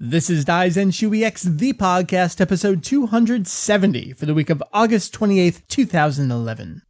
This is Dies and Chewy X, the podcast, episode 270 for the week of August 28th, 2011.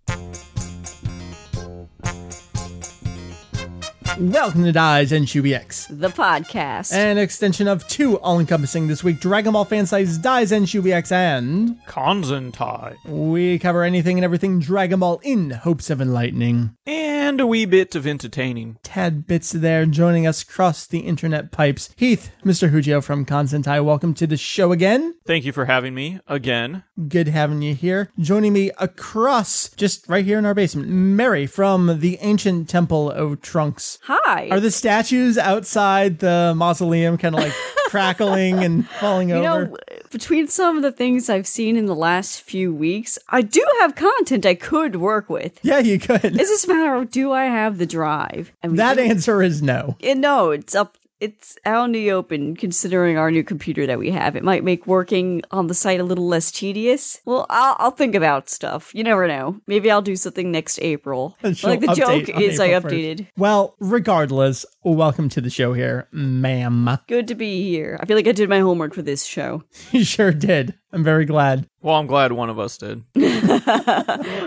Welcome to Dies and Chewy X, the podcast. an extension of two all encompassing this week Dragon Ball fan size Dies and Chewy X, and Konzentai, we cover anything and everything Dragon Ball in hopes of enlightening. and a wee bit of entertaining. Tad Bits there joining us across the internet pipes. Heath, Mr. Hugio from Constantai, welcome to the show again. Thank you for having me again. Good having you here. Joining me across, just right here in our basement, Mary from the ancient temple of Trunks. Hi. Are the statues outside the mausoleum kind of like crackling and falling you over? know, between some of the things I've seen in the last few weeks, I do have content I could work with. yeah, you could. It's just a matter of do I have the drive? I mean, That it- answer is no. it- no, it's up. It's out in the open. Considering our new computer that we have, it might make working on the site a little less tedious. Well, I'll, I'll think about stuff. You never know. Maybe I'll do something next April. She'll like the update joke on is, I April 1st. updated. Well, regardless, welcome to the show here, ma'am. Good to be here. I feel like I did my homework for this show. You sure did. I'm very glad. Well, I'm glad one of us did.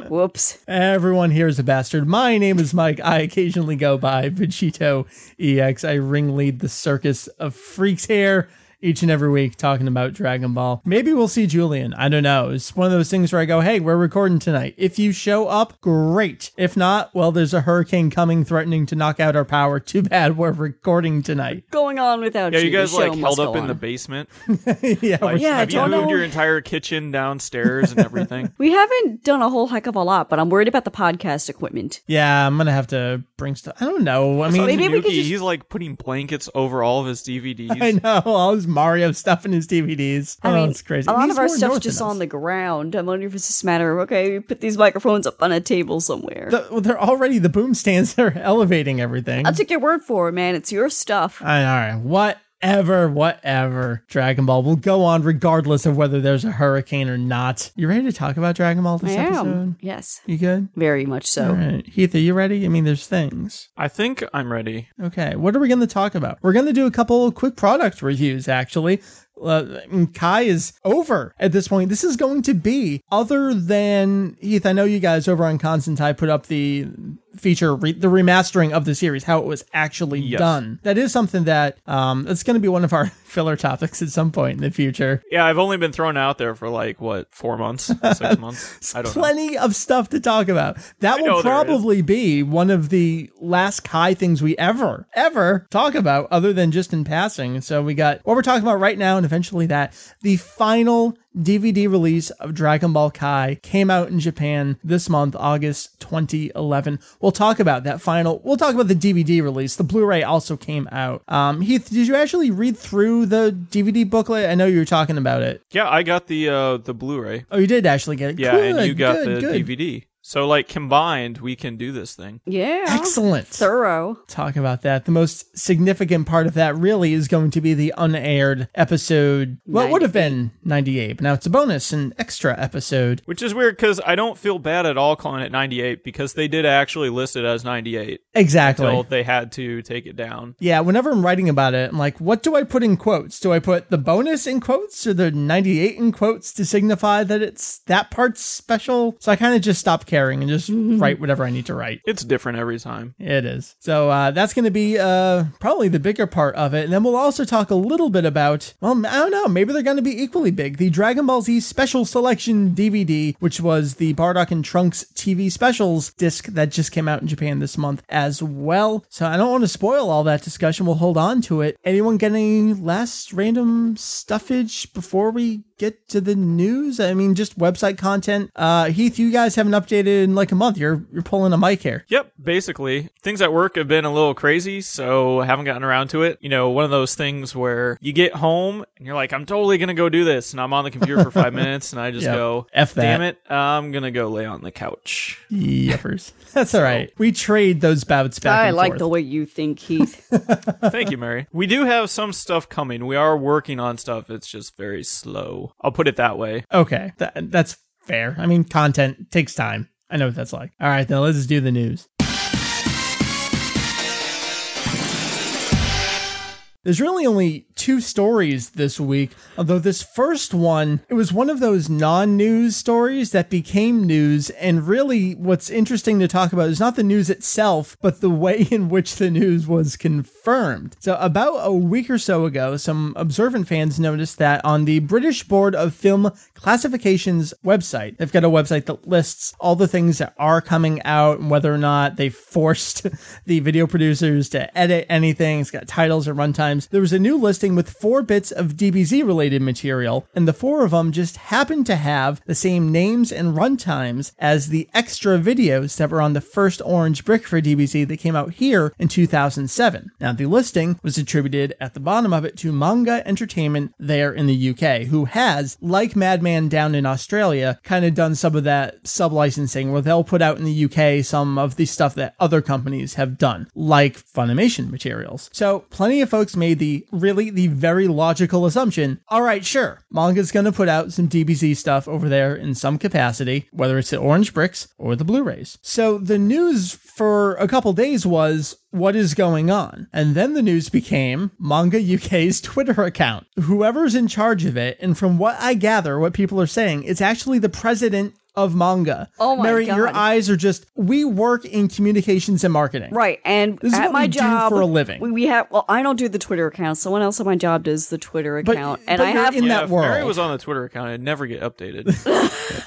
Whoops. Everyone here is a bastard. My name is Mike. I occasionally go by Vegito EX. I ringlead the circus of freaks here each and every week talking about Dragon Ball. Maybe we'll see Julian. I don't know. It's one of those things where I go, hey, we're recording tonight. If you show up, great. If not, well, there's a hurricane coming threatening to knock out our power. Too bad we're recording tonight. going on without Yeah, you The guys show like must held go up in the on. basement. yeah. we're- Like, Yeah, I have you don't moved know. your entire kitchen downstairs and everything? We haven't done a whole heck of a lot, but I'm worried about the podcast equipment. yeah, I'm going to have to bring stuff. I don't know. I mean, Maybe we could Tanuki, just- he's like putting blankets over all of his DVDs. I know all his Mario stuff in his DVDs. I oh, mean, it's crazy. a lot He's of our more stuff's north than just us. on the ground. I'm wondering if it's just a matter of okay, we put these microphones up on a table somewhere. The, well, they're already the boom stands are elevating everything. I'll take your word for it, man. It's your stuff. I- all right, whatever, whatever. Dragon Ball will go on regardless of whether there's a hurricane or not. You ready to talk about Dragon Ball this I am. episode? Yes, You good? very much so. All right, Heath, are you ready? I mean, there's things. I think I'm ready. Okay, what are we going to talk about? We're going to do a couple of quick product reviews, actually. Uh, I mean, Kai is over at this point. This is going to be, other than Heath, I know you guys over on Constantine put up the feature, re- the remastering of the series, how it was actually Yes. done. That is something that um, it's going to be one of our filler topics at some point in the future. Yeah, I've only been thrown out there for like what four months, six months. I don't know. Plenty of stuff to talk about. That know will there is. probably be one of the last Kai things we ever, ever talk about, other than just in passing. So we got what we're talking about right now, and eventually that the final DVD release of Dragon Ball Kai came out in Japan this month, August 2011. We'll talk about that final. We'll talk about the DVD release. The Blu-ray also came out. Um, Heath, did you actually read through the DVD booklet? I know you were talking about it. Yeah, I got the uh the Blu-ray. Oh, you did actually get it. Yeah, and you Good, got good, the good. DVD. So like combined, we can do this thing. Yeah, Excellent. thorough. Talk about that. The most significant part of that really is going to be the unaired episode. What would have been 98, but now it's a bonus and extra episode. Which is weird because I don't feel bad at all calling it 98 because they did actually list it as 98 Exactly. until they had to take it down. yeah, whenever I'm writing about it, I'm like, what do I put in quotes? Do I put the bonus in quotes or the 98 in quotes to signify that it's that part's special? So I kind of just stop caring and just write whatever I need to write. It's different every time. It is. So uh, that's going to be uh, probably the bigger part of it. And then we'll also talk a little bit about, well, I don't know, maybe they're going to be equally big. The Dragon Ball Z Special Selection DVD, which was the Bardock and Trunks TV specials disc that just came out in Japan this month as well. So I don't want to spoil all that discussion. We'll hold on to it. Anyone get any last random stuffage before we get to the news? I mean, just website content. Uh, Heath, you guys haven't updated in like a month. You're, you're pulling a mic here. Yep, basically. Things at work have been a little crazy, so I haven't gotten around to it. You know, one of those things where you get home and you're like, I'm totally going to go do this. And I'm on the computer for five minutes and I just Yep. go, F that. damn it, I'm going to go lay on the couch. Yeffers. That's all right. We trade those bouts back. I and like forth. the way you think, Heath. Thank you, Mary. We do have some stuff coming. We are working on stuff. It's just very slow. I'll put it that way. Okay, Th- that's fair. I mean, content takes time. I know what that's like. All right, then let's just do the news. There's really only two stories this week. Although this first one, it was one of those non-news stories that became news. And really, what's interesting to talk about is not the news itself, but the way in which the news was confirmed. So, about a week or so ago, some observant fans noticed that on the British Board of Film Classifications website, they've got a website that lists all the things that are coming out and whether or not they forced the video producers to edit anything. It's got titles or runtimes. There was a new listing with four bits of DBZ related material, and the four of them just happened to have the same names and runtimes as the extra videos that were on the first orange brick for DBZ that came out here in 2007. Now, the listing was attributed at the bottom of it to Manga Entertainment there in the UK, who has, like Madman down in Australia, kind of done some of that sub licensing where they'll put out in the UK some of the stuff that other companies have done, like Funimation materials. So, plenty of folks made the really the very logical assumption all right, sure, manga's going to put out some DBZ stuff over there in some capacity, whether it's the orange bricks or the Blu rays. So, the news for a couple days was what is going on? And then the news became Manga UK's Twitter account. Whoever's in charge of it, and from what I gather, what people are saying, it's actually the president of manga. Oh my Mary, your God. eyes are just we work in communications and marketing. Right, and This is at what my we do job for a living. we- We have well, I don't do the Twitter account. Someone else at my job does the Twitter But- account, and but I you're have in that if world. Mary was on the Twitter account, it'd never get updated.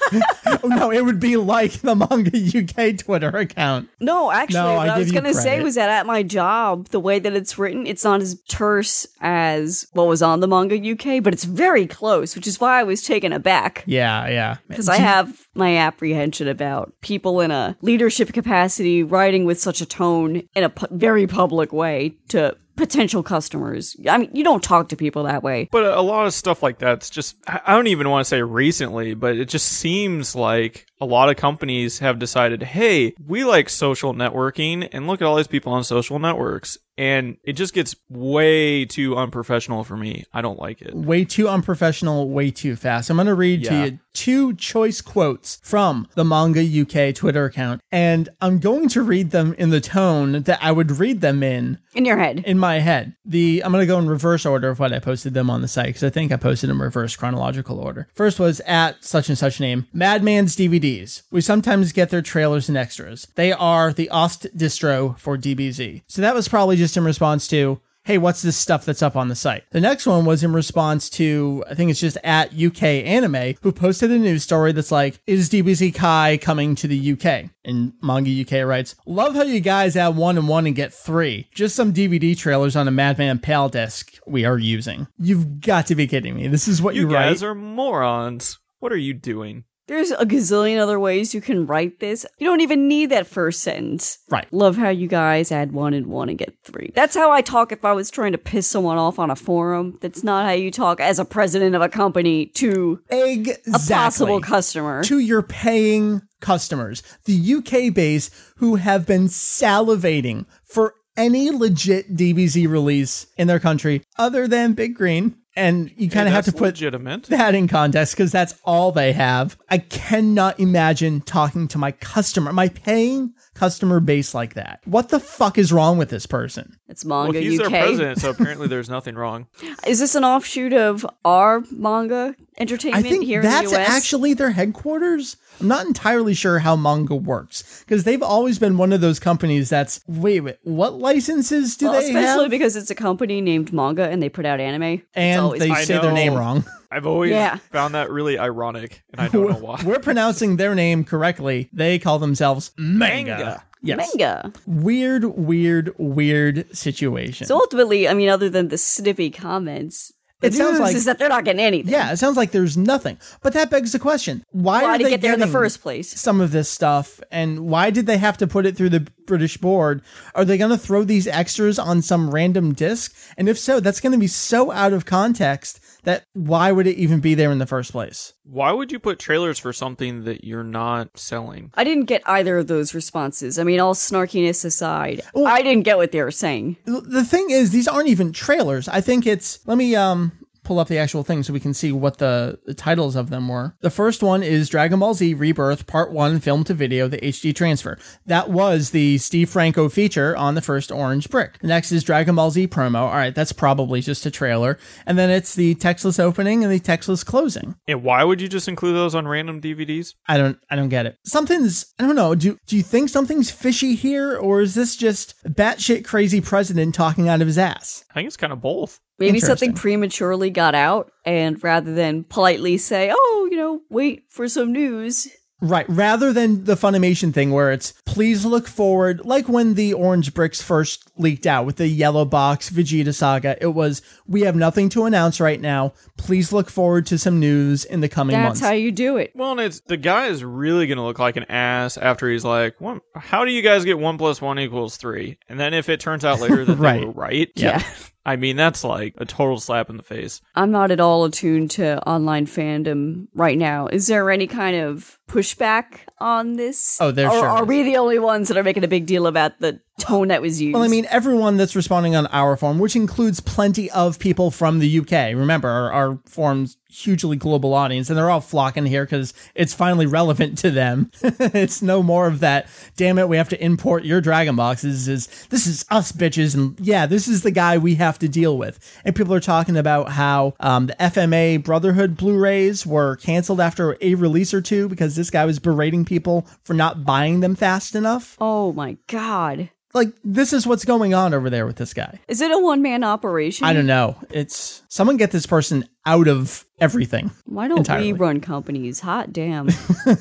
Oh no, it would be like the manga UK Twitter account. No, actually, No, what I I, was give you going to say credit. was that at my job, the way that it's written, it's not as terse as what was on the manga UK, but it's very close, which is why I was taken aback. Yeah, yeah. Because I have my apprehension about people in a leadership capacity writing with such a tone in a pu- very public way to potential customers. I mean, you don't talk to people that way. but a, a lot of stuff like that's just, I I don't even want to say recently, but it just seems like a lot of companies have decided, hey, we like social networking and look at all these people on social networks. And it just gets way too unprofessional for me. I don't like it. way too unprofessional, way too fast. I'm going to read Yeah. to you two choice quotes from the Manga UK Twitter account, and I'm going to read them in the tone that I would read them in In your head. in my head. The I'm going to go in reverse order of what I posted them on the site because I think I posted in reverse chronological order. First was at such and such name Madman's DVDs. We sometimes get their trailers and extras. They are the Ost distro for DBZ. So that was probably just in response to. Hey, what's this stuff that's up on the site? The next one was in response to, I think it's just at UK Anime, who posted a news story that's like, Is DBZ Kai coming to the UK? And Manga UK writes, Love how you guys add one and one and get three. Just some DVD trailers on a Madman PAL disc we are using. You've got to be kidding me. This is what You you write. guys are morons. What are you doing? There's a gazillion other ways you can write this. You don't even need that first sentence. Right. Love how you guys add one and one and get three. That's how I talk if I was trying to piss someone off on a forum. That's not how you talk as a president of a company to exactly. a possible customer. to your paying customers, the UK base who have been salivating for any legit DBZ release in their country other than Big Green. And you kind of have to That's put legitimate. that in context because that's all they have. I cannot imagine talking to my customer, my paying customer base like that. What the fuck is wrong with this person? it's Well, manga he's UK. their president, so apparently there's nothing wrong. Is this an offshoot of our manga I entertainment think here that's in the US? actually their headquarters. I'm not entirely sure how manga works because they've always been one of those companies that's wait, wait what licenses do well, they especially have? because it's a company named Manga and they put out anime. it's and always they I say their know. name wrong. I've always Yeah. found that really ironic, and I don't know why. We're pronouncing their name correctly. They call themselves manga. Manga. Yes. manga. Weird, weird, weird situation. So ultimately, I mean, other than the snippy comments, the It sounds news like- is that they're not getting anything. Yeah, it sounds like there's nothing. But that begs the question: Why, Why are did they it get there in the getting first place? Some of this stuff, and why did they have to put it through the British board? Are they going to throw these extras on some random disc? And if so, that's going to be so out of context that why would it even be there in the first place? Why would you put trailers for something that you're not selling? I didn't get either of those responses. I mean, all snarkiness aside, I didn't get what they were saying. the thing is these aren't even trailers i think it's let me um pull up the actual thing so we can see what the the titles of them were. The first one is Dragon Ball Z Rebirth Part 1 Film to Video, the HD transfer. That was the Steve Franco feature on the first Orange Brick. The next is Dragon Ball Z promo. All right, that's probably just a trailer. And then it's the textless opening and the textless closing. And why would you just include those on random DVDs? I don't I don't get it. Something's I don't know. Do do you think something's fishy here or is this just batshit crazy president talking out of his ass? I think it's kind of both. Maybe something Interesting. prematurely got out, and rather than politely say, oh, you know, wait for some news, Right, rather than the Funimation thing where it's please look forward, like when the orange bricks first leaked out with the yellow box Vegeta saga, it was we have nothing to announce right now. Please look forward to some news in the coming that's months. how you do it. Well, and it's the guy is really going to look like an ass after he's like, "One- "How do you guys get one plus one equals three? And then if it turns out later that Right. they were right, Yeah. I mean that's like a total slap in the face. I'm not at all attuned to online fandom right now. Is there any kind of pushback on this? Oh, there or sure Are is. we the only ones that are making a big deal about the tone that was used? well, I mean, everyone that's responding on our form, which includes plenty of people from the UK. Remember, our, our form's hugely global audience, and they're all flocking here because it's finally relevant to them. it's no more of that, damn it, we have to import your Dragon Boxes. Is This is us, bitches. And yeah, this is the guy we have to deal with. And people are talking about how um, the FMA Brotherhood Blu rays were canceled after a release or two because this guy was berating people for not buying them fast enough. oh my god. Like, this is what's going on over there with this guy. Is it a one man operation? I don't know. It's someone get this person out of everything. Why don't entirely. we run companies? Hot damn.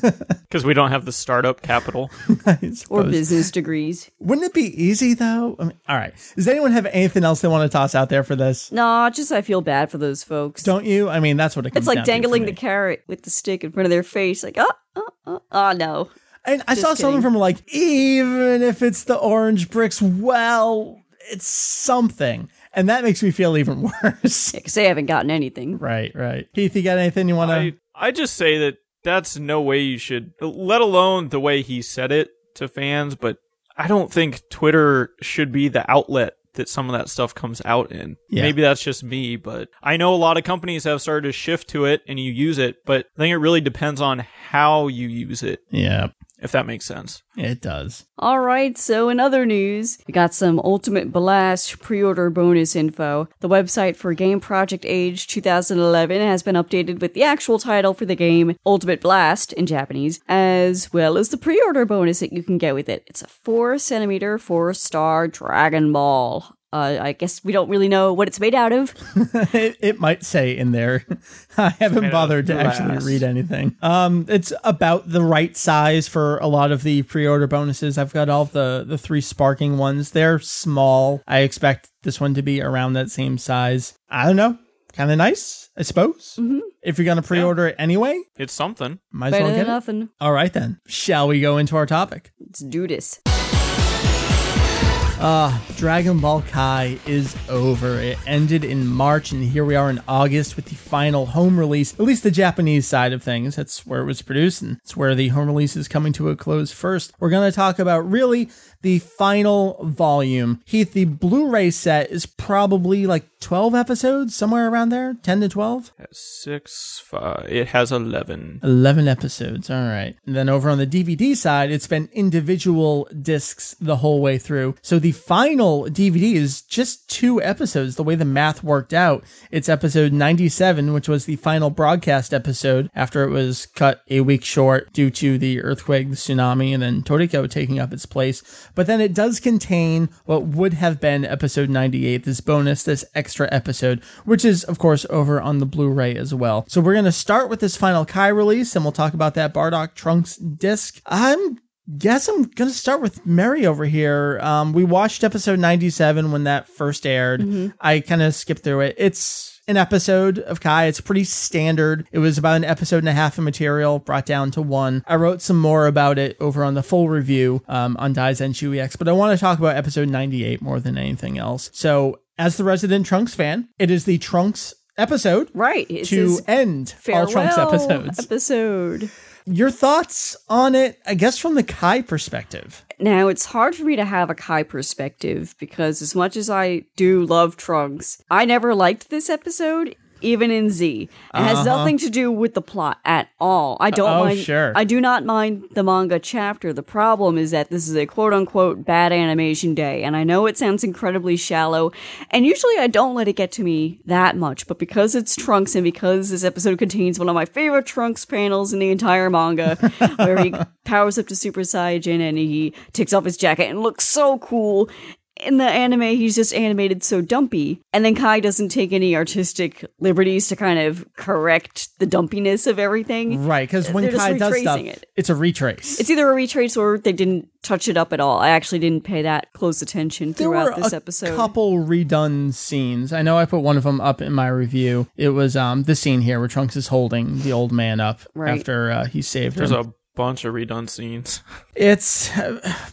Because we don't have the startup capital. I or suppose. business degrees. Wouldn't it be easy though? I mean, all right. Does anyone have anything else they want to toss out there for this? Nah, just I feel bad for those folks. Don't you? I mean, that's what it comes it's like down to for dangling me. the carrot with the stick in front of their face, like, oh, oh, oh, oh no. And I saw someone kidding. from like, even if it's the orange bricks, well, it's something, and that makes me feel even worse. Because they haven't gotten anything. right, right. Heath, you got anything you want to? I, I just say that that's no way you should, let alone the way he said it to fans. But I don't think Twitter should be the outlet that some of that stuff comes out in. Yeah. Maybe that's just me, but I know a lot of companies have started to shift to it and you use it, but I think it really depends on how you use it, Yeah, if that makes sense. it does. All right, so in other news, we got some Ultimate Blast pre order bonus info. The website for Game Project Age 2011 has been updated with the actual title for the game, Ultimate Blast in Japanese, as well as the pre order bonus that you can get with it. It's a 4 centimeter 4 star Dragon Ball. Uh, I guess we don't really know what it's made out of. it, it might say in there. I haven't Tomato bothered to actually glass. read anything. Um, it's about the right size for a lot of the pre-order bonuses. I've got all the the three sparking ones. They're small. I expect this one to be around that same size. I don't know. Kind of nice, I suppose. If you're gonna pre-order it anyway, It's something. might as Mm-hmm. Better well than get it. nothing. All right then. Shall we go into our topic? Let's do this. Dragon Ball Kai is over. It ended in March, and here we are in August with the final home release, at least the Japanese side of things. That's where it was produced, and it's where the home release is coming to a close first. We're going to talk about really the final volume. Heath, the Blu ray set is probably like 12 episodes, somewhere around there, 10 to 12? Six, five, it has 11. 11 episodes. All right. And then over on the DVD side, it's been individual discs the whole way through. So the final DVD is just two episodes, the way the math worked out. It's episode 97, which was the final broadcast episode after it was cut a week short due to the earthquake, the tsunami, and then Toriko taking up its place. But then it does contain what would have been episode 98, this bonus, this extra episode, which is, of course, over on the Blu ray as well. So we're going to start with this final Kai release and we'll talk about that Bardock Trunks disc. I'm guess I'm going to start with Mary over here. Um, we watched episode 97 when that first aired. I kind of skipped through it. It's an episode of Kai. It's pretty standard. It was about an episode and a half of material brought down to one. I wrote some more about it over on the full review um, on Daizen X, but I want to talk about episode 98 more than anything else. So, as the resident Trunks fan, it is the Trunks episode Right. It's to end all Trunks episodes. episode. Your thoughts on it, I guess, from the Kai perspective. Now, it's hard for me to have a Kai perspective because, as much as I do love Trunks, I never liked this episode. even in Z. It has nothing to do with the plot at all. I don't Uh-huh. Oh, mind. sure. I do not mind the manga chapter. The problem is that this is a quote unquote bad animation day, and I know it sounds incredibly shallow. And usually I don't let it get to me that much, but because it's Trunks and because this episode contains one of my favorite Trunks panels in the entire manga, where he powers up to Super Saiyan and he takes off his jacket and looks so cool. In the anime, he's just animated so dumpy. And then Kai doesn't take any artistic liberties to kind of correct the dumpiness of everything. Right, because when They're just Kai does retracing stuff, it. it's a retrace. It's either a retrace or they didn't touch it up at all. I actually didn't pay that close attention there throughout were this a episode. couple redone scenes. I know I put one of them up in my review. It was um the scene here where Trunks is holding the old man up Right. after uh, he saved There's him. a bunch of redone scenes. it's,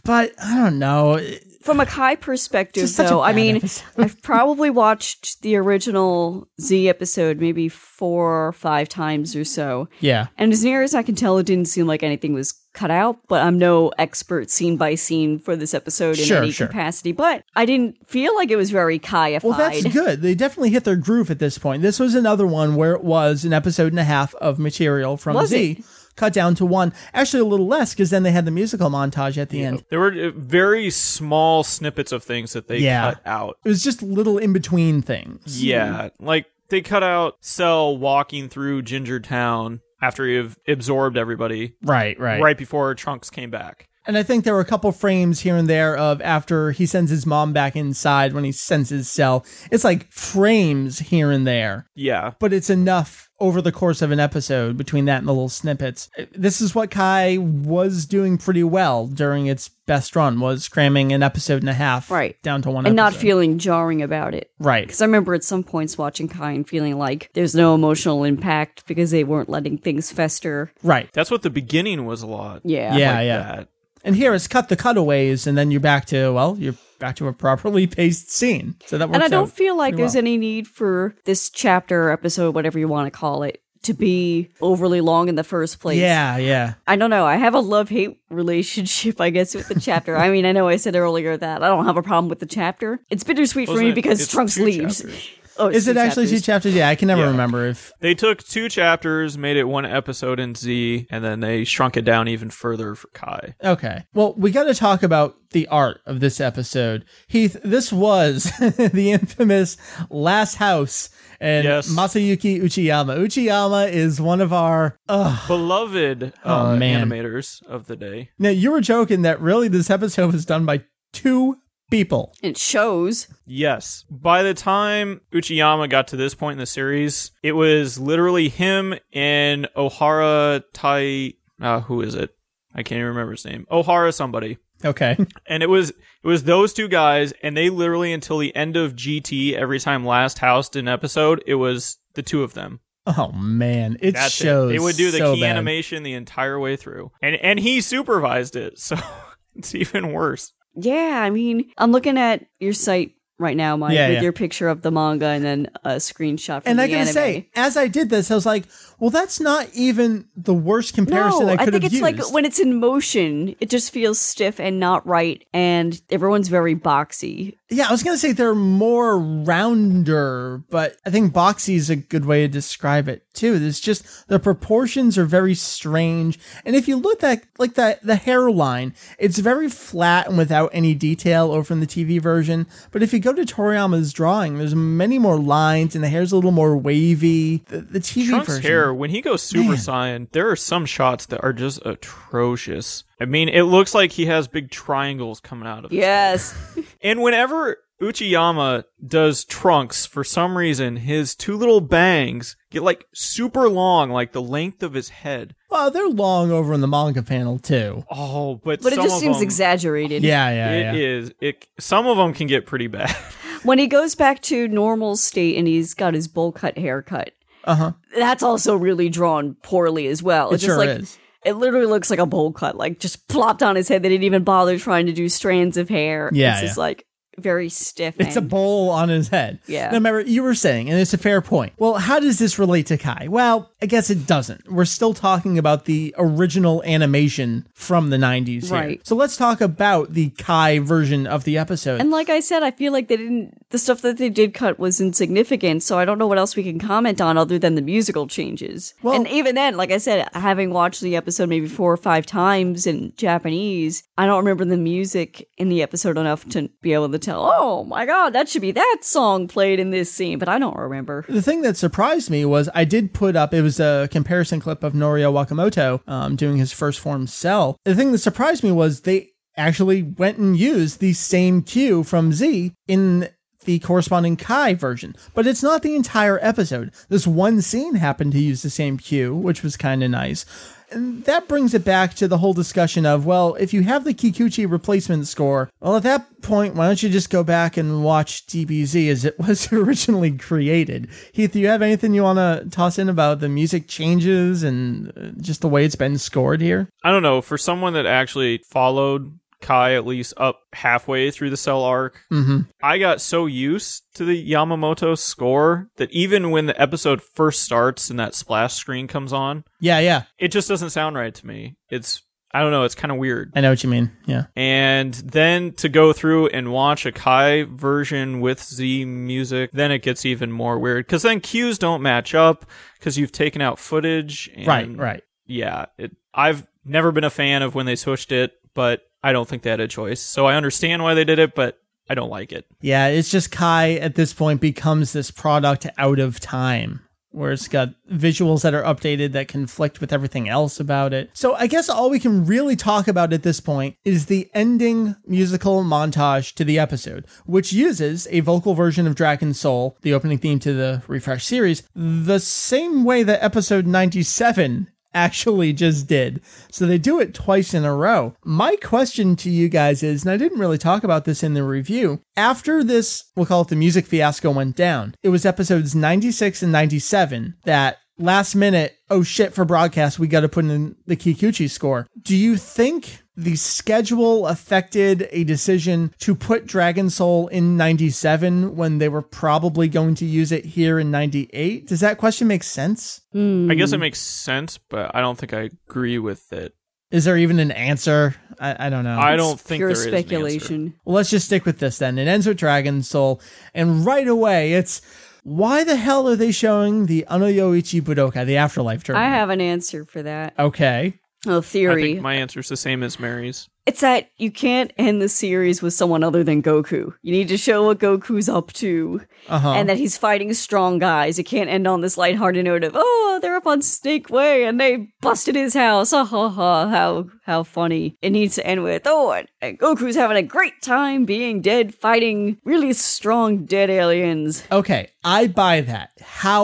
but I don't know. From a Kai perspective, Just such a though, I bad mean, episode. I've probably watched the original Z episode maybe four or five times or so. Yeah, And as near as I can tell, it didn't seem like anything was cut out, but I'm no expert scene by scene for this episode in Sure, any sure. capacity. But I didn't feel like it was very Kaiified. Well, that's good. They definitely hit their groove at this point. This was another one where it was an episode and a half of material from Was Z, cut down to one. Actually, a little less because then they had the musical montage at the end. There were uh, very small snippets of things that they Yeah. cut out. It was just little in between things. Yeah, like they cut out Cell walking through Ginger Town after you've absorbed everybody Right, right, right before Trunks came back. And I think there were a couple frames here and there of after he sends his mom back inside when he sends his cell. It's like frames here and there, Yeah. but it's enough over the course of an episode between that and the little snippets. This is what Kai was doing pretty well during its best run was cramming an episode and a half Right. down to one And not episode. feeling jarring about it. right. Because I remember at some points watching Kai and feeling like there's no emotional impact because they weren't letting things fester. Right. That's what the beginning was a lot. Yeah. Yeah, like yeah. that. And here it's cut the cutaways and then you're back to well, you're back to a properly paced scene. So that works And I don't out feel like pretty there's well. any need for this chapter, episode, whatever you want to call it, to be overly long in the first place. Yeah, yeah. I don't know. I have a love hate relationship, I guess, with the chapter. I mean, I know I said earlier that I don't have a problem with the chapter. It's bittersweet for Wasn't me it- because it's Trunks two leaves. chapters. Oh, it's Is it actually two chapters. chapters? Yeah, I can never Yeah. remember if They took two chapters, made it one episode in Z, and then they shrunk it down even further for Kai. Okay. Well, we got to talk about the art of this episode. Heath, this was the infamous Last House and Yes. Masayuki Uchiyama. Uchiyama is one of our. uh, Ugh. Beloved uh, Oh, man. animators of the day. Now, you were joking that really this episode was done by two people. It shows. Yes. By the time Uchiyama got to this point in the series, it was literally him and Ohara Tai. Uh, who is it? I can't even remember his name. Ohara somebody. Okay. And it was it was those two guys, and they literally until the end of GT, every time Last House did an episode, it was the two of them. Oh, man. It That's shows. it. They would do the so key bad. animation the entire way through, and and he supervised it, so it's even worse. Yeah, I mean, I'm looking at your site right now, Mike, Yeah, with yeah. your picture of the manga and then a screenshot from And the I gotta anime. say, as I did this, I was like, well, that's not even the worst comparison no, I I, could think have it's used. like when it's in motion, it just feels stiff and not right, and everyone's very boxy. Yeah, I was gonna say they're more rounder, but I think boxy is a good way to describe it too. There's just the proportions are very strange, and if you look at like the the hairline, it's very flat and without any detail over in the TV version. But if you go to Toriyama's drawing, there's many more lines, and the hair's a little more wavy. The, the TV Trunks' version, hair when he goes Super Man. Saiyan, there are some shots that are just atrocious. I mean, it looks like he has big triangles coming out of. his hair. Yes. And whenever Uchiyama does Trunks, for some reason, his two little bangs get like super long, like the length of his head. well, they're long over in the manga panel too. Oh, but But it some just of seems them- exaggerated. Yeah, yeah, yeah. It is. It some of them can get pretty bad. When he goes back to normal state and he's got his bowl cut haircut, Uh huh. that's also really drawn poorly as well. It It's sure just like is. it literally looks like a bowl cut, like just plopped on his head. They didn't even bother trying to do strands of hair. Yeah, it's just yeah. like very stiff. It's a and- bowl on his head. Yeah. Now, remember, you were saying, and it's a fair point. Well, how does this relate to Kai? Well, I guess it doesn't. We're still talking about the original animation from the 90s here. Right. So let's talk about the Kai version of the episode. And like I said, I feel like they didn't. The stuff that they did cut was insignificant, so I don't know what else we can comment on other than the musical changes. Well- and even then, like I said, having watched the episode maybe four or five times in Japanese, I don't remember the music in the episode enough to be able to tell. Oh my god, that should be that song played in this scene, but I don't remember. the thing that surprised me was I did put up, it was a comparison clip of Norio Wakamoto um, doing his first form cell. The thing that surprised me was they actually went and used the same cue from Z in the corresponding Kai version. But it's not the entire episode. This one scene happened to use the same cue, which was kind of nice. And that brings it back to the whole discussion of, well, if you have the Kikuchi replacement score, well, at that point, why don't you just go back and watch DBZ as it was originally created? Heath, do you have anything you want to toss in about the music changes and uh, just the way it's been scored here? I don't know. For someone that actually followed Kai at least up halfway through the cell arc, Mhm. I got so used to the Yamamoto score that even when the episode first starts and that splash screen comes on, Yeah, yeah. it just doesn't sound right to me. It's I don't know. It's kind of weird. I know what you mean. Yeah. And then to go through and watch a Kai version with Z music, then it gets even more weird because then cues don't match up because you've taken out footage. And Right, right. yeah, it, I've never been a fan of when they switched it, but I don't think they had a choice. So I understand why they did it, but I don't like it. Yeah, it's just Kai at this point becomes this product out of time where it's got visuals that are updated that conflict with everything else about it. So I guess all we can really talk about at this point is the ending musical montage to the episode, which uses a vocal version of Dragon's Soul, the opening theme to the Refresh series, the same way that episode 97 actually just did. So they do it twice in a row. My question to you guys is, and I didn't really talk about this in the review, after this, we'll call it the music fiasco went down, it was episodes 96 and 97 that last minute, oh shit, for broadcast, we got to put in the Kikuchi score. Do you think the schedule affected a decision to put Dragon Soul in 97 when they were probably going to use it here in 98? Does that question make sense? I guess it Mm. makes sense, but I don't think I agree with it. Is there even an answer? I, I don't know. I don't think pure there is an answer. speculation. well, let's just stick with this then. It ends with Dragon Soul, and right away it's why the hell are they showing the Anoyoichi Budokai, the afterlife I tournament? have an answer for that. okay. A I theory. think my answer's the same as Mary's. It's that you can't end the series with someone other than Goku. You need to show what Goku's up to Uh-huh. and that he's fighting strong guys. It can't end on this lighthearted note of, oh, they're up on Snake Way and they busted his house. Ah, ha, ha, how, how funny. It needs to end with, oh, and, and Goku's having a great time being dead, fighting really strong dead aliens. Okay, I buy that.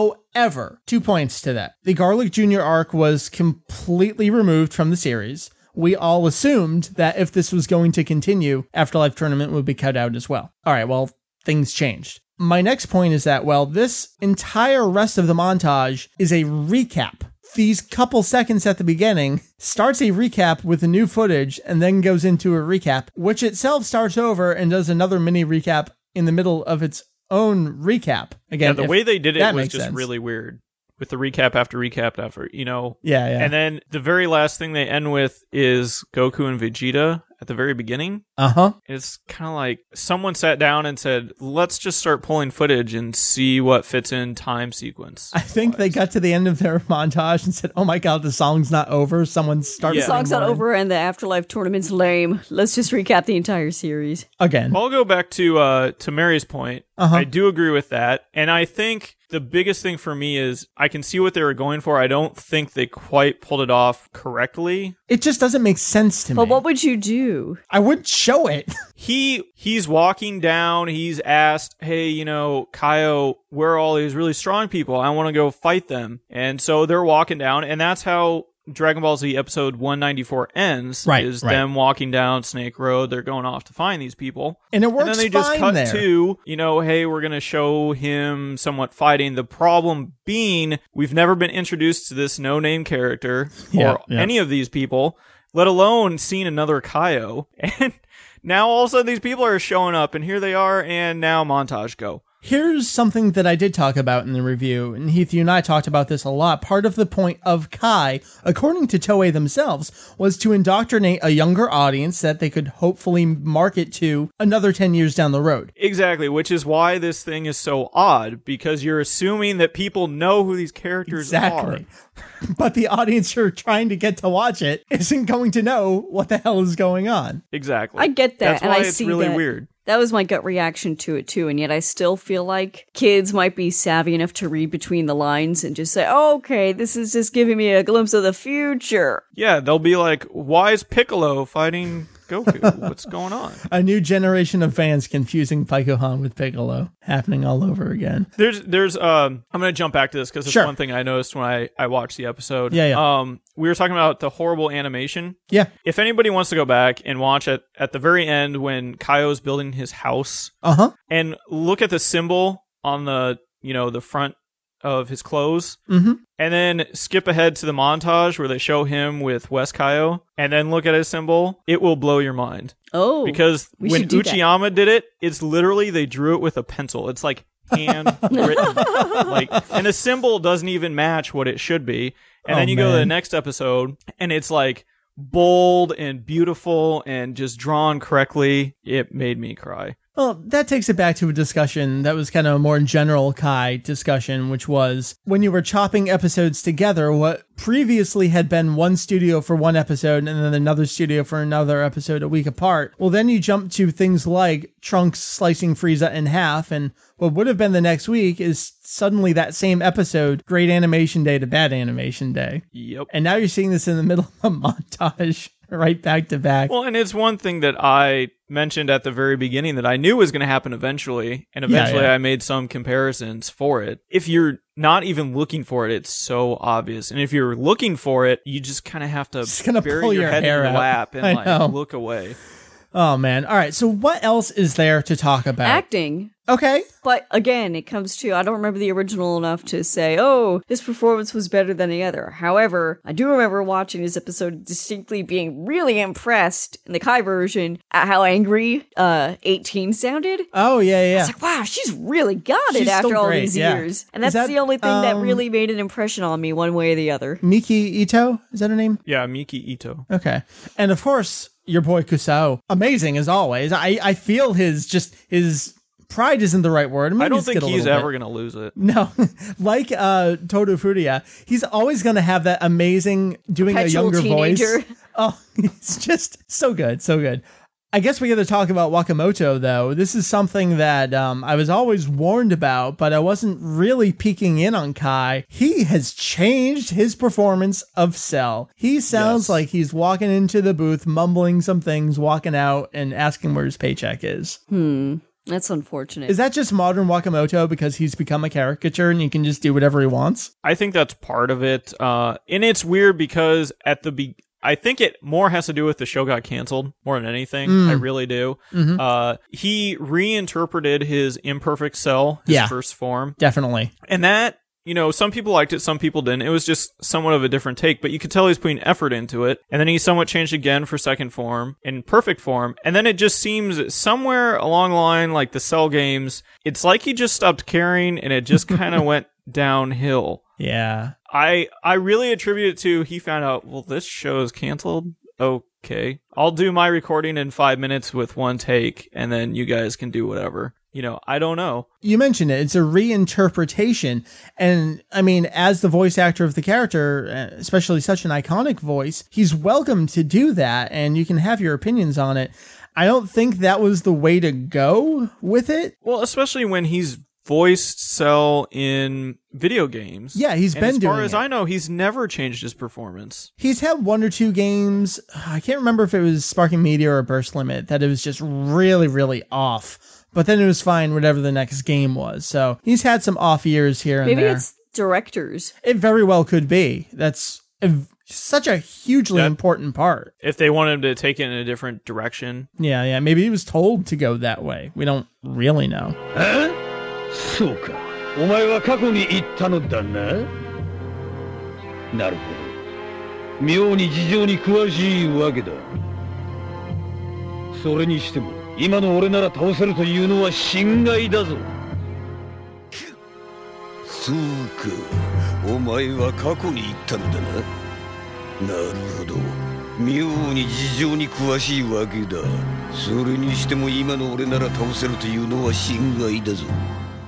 However, two points to that. The Garlic Jr. arc was completely removed from the series. We all assumed that if this was going to continue, Afterlife Tournament would be cut out as well. All right, well, things changed. My next point is that, well, this entire rest of the montage is a recap. These couple seconds at the beginning starts a recap with the new footage and then goes into a recap, which itself starts over and does another mini recap in the middle of its own recap. Again, Yeah, the if- way they did it that was makes just sense. really weird with the recap after recap after, you know. Yeah, yeah. And then the very last thing they end with is Goku and Vegeta at the very beginning. Uh huh. It's kind of like someone sat down and said, "Let's just start pulling footage and see what fits in time sequence." I think they got to the end of their montage and said, "Oh my god, the song's not over. Someone starts Yeah. The song's not playing over and the Afterlife tournament's lame. Let's just recap the entire series. more." again." I'll go back to uh, to Mary's point. Uh-huh. I do agree with that, and I think the biggest thing for me is I can see what they were going for. I don't think they quite pulled it off correctly. It just doesn't make sense to But me. what would you do? I wouldn't show it. he he's walking down he's asked hey you know kaio where are all these really strong people i want to go fight them and so they're walking down and that's how dragon ball z episode 194 ends Right, is right. them walking down snake road they're going off to find these people And it and works then they just fine cut there. to you know hey we're going to show him somewhat fighting the problem being we've never been introduced to this no name character Yeah, or yeah. any of these people let alone seen another Kaio. And now all of a sudden these people are showing up, and here they are, and now montage go. Here's something that I did talk about in the review, and Heath, you and I talked about this a lot. Part of the point of Kai, according to Toei themselves, was to indoctrinate a younger audience that they could hopefully market to another 10 years down the road. Exactly, which is why this thing is so odd because you're assuming that people know who these characters Exactly. are. but the audience you're trying to get to watch it isn't going to know what the hell is going on. Exactly. I get that, That's and why I it's see really that. weird. That was my gut reaction to it too, and yet I still feel like kids might be savvy enough to read between the lines and just say, oh, "Okay, this is just giving me a glimpse of the future." Yeah, they'll be like, "Why is Piccolo fighting Goku? What's going on?" A new generation of fans confusing Pykohan with Piccolo happening all over again. There's, there's, um, I'm gonna jump back to this because it's Sure. one thing I noticed when I I watched the episode. Yeah, yeah. Um, we were talking about the horrible animation. Yeah. If anybody wants to go back and watch it at the very end when Kaio's building his house Uh huh. and look at the symbol on the you know the front of his clothes Mm-hmm. and then skip ahead to the montage where they show him with West Kaio and then look at his symbol it will blow your mind Oh, because we when should do that. Uchiyama did it it's literally they drew it with a pencil it's like hand written like and the symbol doesn't even match what it should be and Oh, then you go to the man. next episode and it's like bold and beautiful and just drawn correctly it made me cry Well, that takes it back to a discussion that was kind of a more general Kai discussion, which was when you were chopping episodes together, what previously had been one studio for one episode and then another studio for another episode a week apart. Well, then you jump to things like Trunks slicing Frieza in half, and what would have been the next week is suddenly that same episode, great animation day to bad animation day. yep And now you're seeing this in the middle of a montage, right back to back. Well, and it's one thing that I mentioned at the very beginning that I knew was going to happen eventually, and eventually yeah. I made some comparisons for it. If you're not even looking for it, it's so obvious. And if you're looking for it, you just kind of have to Just gonna bury pull your head hair in your out. lap and I like know. look away. Oh, man. All right. So, what else is there to talk about? acting. Okay. But again, it comes to I don't remember the original enough to say, oh, his performance was better than the other. However, I do remember watching this episode distinctly being really impressed in the Kai version at how angry uh 18 sounded. Oh yeah, yeah. It's like, wow, she's really got it She's after still all great, these yeah. years. And Is that's that, the only thing that um, really made an impression on me one way or the other. Miki Ito is that her name? Yeah, Miki Ito. Okay, and of course your boy Kusao, amazing as always. I I feel his just his pride isn't the right word. I Maybe don't it's think get a he's little bit. ever going to lose it. No, like uh, Todo Furia, he's always going to have that amazing doing a Perpetual younger teenager. voice. Oh, he's just so good, so good. I guess we got to talk about Wakamoto though. This is something that um, I was always warned about, but I wasn't really peeking in on Kai. He has changed his performance of Cell. He sounds Yes. like he's walking into the booth, mumbling some things, walking out, and asking where his paycheck is. That's unfortunate. Is that just modern Wakamoto because he's become a caricature and he can just do whatever he wants? I think that's part of it. Uh, and it's weird because at the be- I think it more has to do with the show got canceled more than anything. I really do. Uh, he reinterpreted his imperfect cell, his Yeah. first form, Definitely. and that you know some people liked it, some people didn't. It was just somewhat of a different take, but you could tell he's putting effort into it. And then he somewhat changed again for second form and perfect form, and then it just seems that somewhere along the line, like the cell games, it's like he just stopped caring and it just kind of went downhill. Yeah. I I really attribute it to he found out. Well, this show is canceled. Okay, I'll do my recording in five minutes with one take, and then you guys can do whatever. You know, I don't know. You mentioned it. It's a reinterpretation. And I mean, as the voice actor of the character, uh, especially such an iconic voice, he's welcome to do that and you can have your opinions on it. I don't think that was the way to go with it. Well, especially when he's voiced Cell in video games. Yeah, he's And been as far doing as it. I know, he's never changed his performance. He's had one or two games. I can't remember if it was Sparking Meteor or Burst Limit that it was just really, really off. But then it was fine, whatever the next game was. So he's had some off years here and Maybe there. it's directors. It very well could be. That's a, such a hugely That- important part. If they want him to take it in a different direction, Yeah, yeah. Maybe he was told to go that way. We don't really know. えそうかお前は過去に言ったのだななるほ妙に事情に詳しいわけだそれにしても今の俺なら倒せるというのは心外だぞそうかお前は過去に言ったのだななるほど妙に事情に詳しいわけだそれにしても今の俺なら倒せるというのは心外だぞ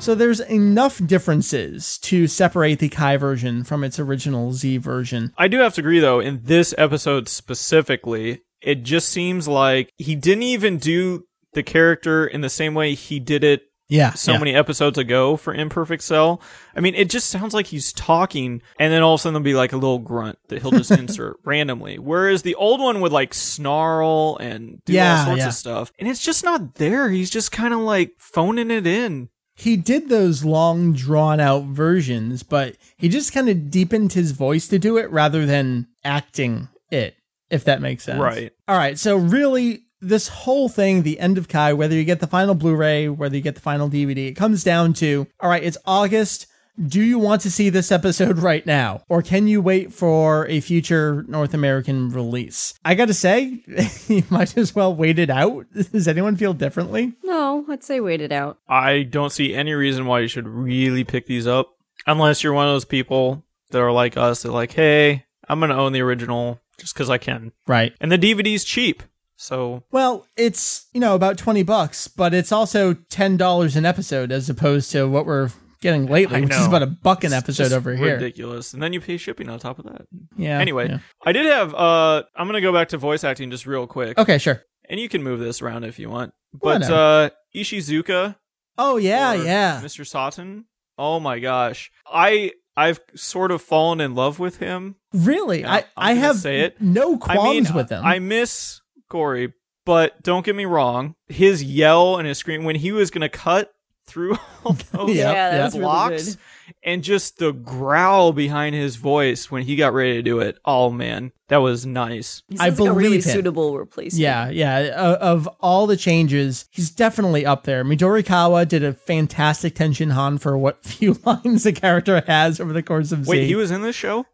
So there's enough differences to separate the Kai version from its original Z version. I do have to agree, though, in this episode specifically, it just seems like he didn't even do the character in the same way he did it Yeah. so many episodes ago for Imperfect Cell. I mean, it just sounds like he's talking, and then all of a sudden there'll be like a little grunt that he'll just insert randomly. Whereas the old one would like snarl and do Yeah, all sorts yeah. of stuff, and it's just not there. He's just kind of like phoning it in. He did those long drawn out versions, but he just kind of deepened his voice to do it rather than acting it, if that makes sense. Right. All right. So really this whole thing, the end of Kai, whether you get the final Blu-ray, whether you get the final DVD, it comes down to, all right, it's August. Do you want to see this episode right now? Or can you wait for a future North American release? I gotta say, you might as well wait it out. Does anyone feel differently? No, I'd say wait it out. I don't see any reason why you should really pick these up unless you're one of those people that are like us. They're like, hey, I'm gonna own the original just because I can, Right. and the DVD's cheap. So Well, it's, you know, about 20 bucks, but it's also $10 an episode as opposed to what we're getting lately, I which is know. about a buck an It's episode just over here. Ridiculous. And then you pay shipping on top of that. Yeah. anyway, yeah. I did have uh I'm going to go back to voice acting just real quick. Okay, sure. And you can move this around if you want. But Whatever. uh Ishizuka Oh, yeah, or yeah. Mr. Sutton. Oh my gosh. I I've sort of fallen in love with him. Really? Yeah, I, I'm I gonna have say it. no qualms I mean, with them. I miss Gory, but don't get me wrong, his yell and his scream when he was going to cut through all those Yeah, yeah, yeah. that's blocks really good. and just the growl behind his voice when he got ready to do it. Oh man, that was nice. He I sounds like a really believe him. suitable replacement. yeah, yeah. Uh, of all the changes, he's definitely up there. Midori Kawa did a fantastic Tenshin Han for what few lines the character has over the course of Wait, Z. he was in this show?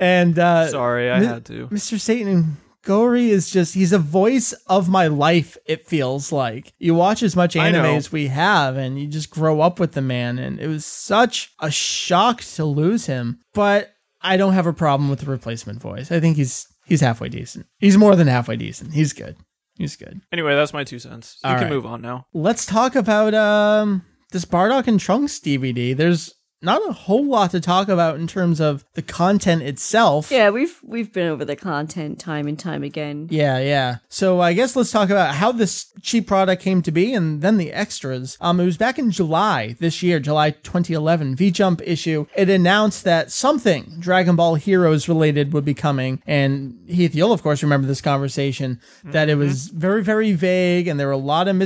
and uh, Sorry, I Mi- had to. Mr. Satan Gory is just he's a voice of my life, it feels like. You watch as much I anime know. as we have and you just grow up with the man and it was such a shock to lose him. But I don't have a problem with the replacement voice. I think he's he's halfway decent. He's more than halfway decent. He's good. He's good. Anyway, that's my two cents. You All can right. move on now. Let's talk about um this Bardock and Trunks DVD. There's not a whole lot to talk about in terms of the content itself. Yeah, we've we've been over the content time and time again. Yeah, yeah. So I guess let's talk about how this cheap product came to be and then the extras. Um, it was back in July this year, July 2011, V Jump issue. It announced that something Dragon Ball Heroes related would be coming. And Heath, you'll of course remember this conversation that it was very, very vague and there were a lot of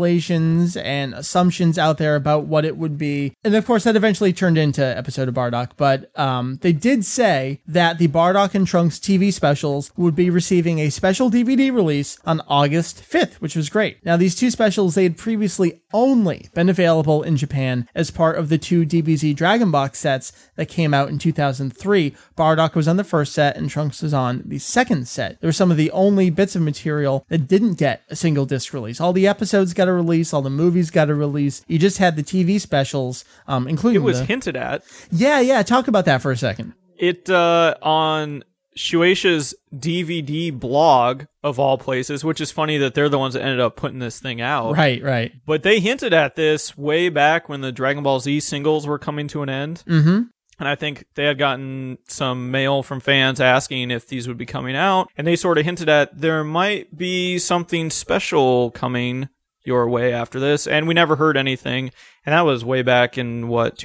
mistranslations and assumptions out there about what it would be. And of course, that eventually turned into episode of Bardock. But um, they did say that the Bardock and Trunks TV specials would be receiving a special DVD release on August 5th, which was great. Now, these two specials they had previously only been available in Japan as part of the two DBZ Dragon Box sets that came out in 2003. Bardock was on the first set and Trunks was on the second set. They were some of the only bits of material that didn't get a single disc release. All the episodes got a release, all the movies got a release. You just had the TV specials, um, It including was the- hinted at. yeah, yeah. Talk about that for a second. It uh on Shueisha's DVD blog of all places, which is funny that they're the ones that ended up putting this thing out. Right, right. But they hinted at this way back when the Dragon Ball Z singles were coming to an end. Mm-hmm. And I think they had gotten some mail from fans asking if these would be coming out. And they sort of hinted at there might be something special coming your way after this. And we never heard anything. And that was way back in what,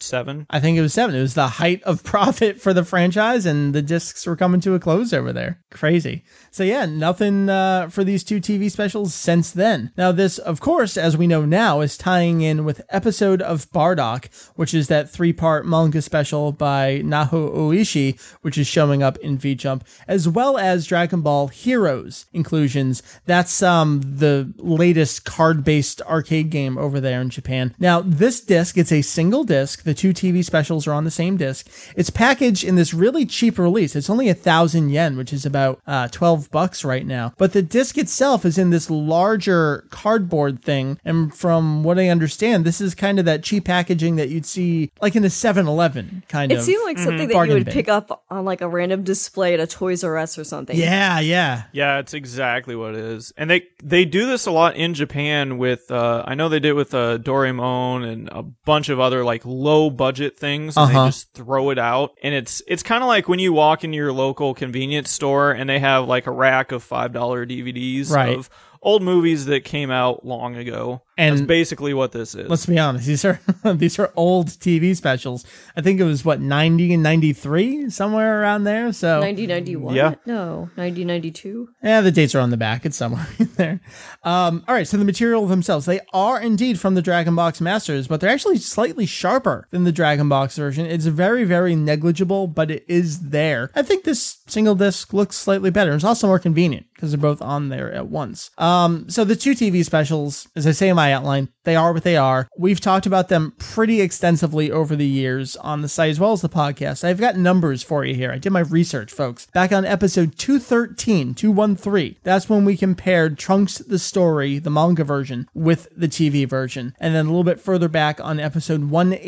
2007? I think it was seven. It was the height of profit for the franchise, and the discs were coming to a close over there. Crazy. So yeah, nothing uh, for these two TV specials since then. Now this, of course, as we know now, is tying in with episode of Bardock, which is that three-part manga special by Naho Oishi, which is showing up in V Jump, as well as Dragon Ball Heroes inclusions. That's um the latest card-based arcade game over there in Japan. Now this disc, it's a single disc. The The two TV specials are on the same disc. It's packaged in this really cheap release. It's only a thousand yen, which is about uh, 12 bucks right now. But the disc itself is in this larger cardboard thing. And from what I understand, this is kind of that cheap packaging that you'd see like in a 7 Eleven kind It of. Mm-hmm. seemed like something that you Bargain would bin. pick up on like a random display at a Toys R Us or something. yeah, yeah. Yeah, it's exactly what it is, and they they do this a lot in Japan with uh, I know they did it with uh, Doraemon and a bunch of other like low budget things, and Uh-huh. they just throw it out, and it's it's kind of like when you walk into your local convenience store and they have like a rack of five dollar DVDs Right. of old movies that came out long ago. And- That's basically what this is. Let's be honest. These are these are old TV specials. I think it was what 90 and 93 somewhere around there. So 1991? Yeah. No, 1992? Yeah, the dates are on the back. It's somewhere in there. Um, all right, so the material themselves, they are indeed from the Dragon Box Masters, but they're actually slightly sharper than the Dragon Box version. It's very, very negligible, but it is there. I think this single disc looks slightly better. It's also more convenient because they're both on there at once. Um, so the two TV specials, as I say in my outline, they are what they are. We've talked about them pretty extensively over the years on the site as well as the podcast. I've got numbers for you here. I did my research, folks. Back on episode 213, 213, that's when we compared Trunks the Story, the manga version, with the TV version. And then a little bit further back on episode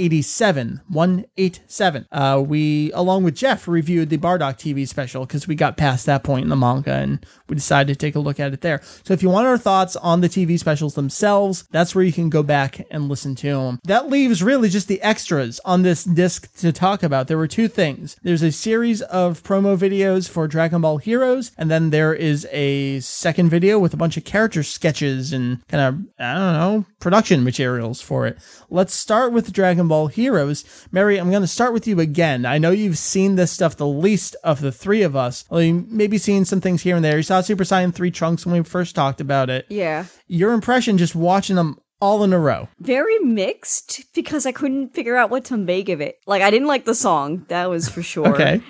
187, 187, uh, we, along with Jeff, reviewed the Bardock TV special because we got past that point in the manga and we decided to take a look at it there. So if you want our thoughts on the TV specials themselves, that's where you can go back and listen to them. That leaves really just the extras on this disc to talk about. There were two things. There's a series of promo videos for Dragon Ball Heroes, and then there is a second video with a bunch of character sketches and kind of, I don't know, production materials for it. Let's start with Dragon Ball Heroes. Mary, I'm going to start with you again. I know you've seen this stuff the least of the three of us. Well, you maybe seen some things here and there. You saw Super Saiyan 3 Trunks when we first talked about it. Yeah. Your impression just watching them all in a row. Very mixed because I couldn't figure out what to make of it. Like, I didn't like the song, that was for sure. Okay.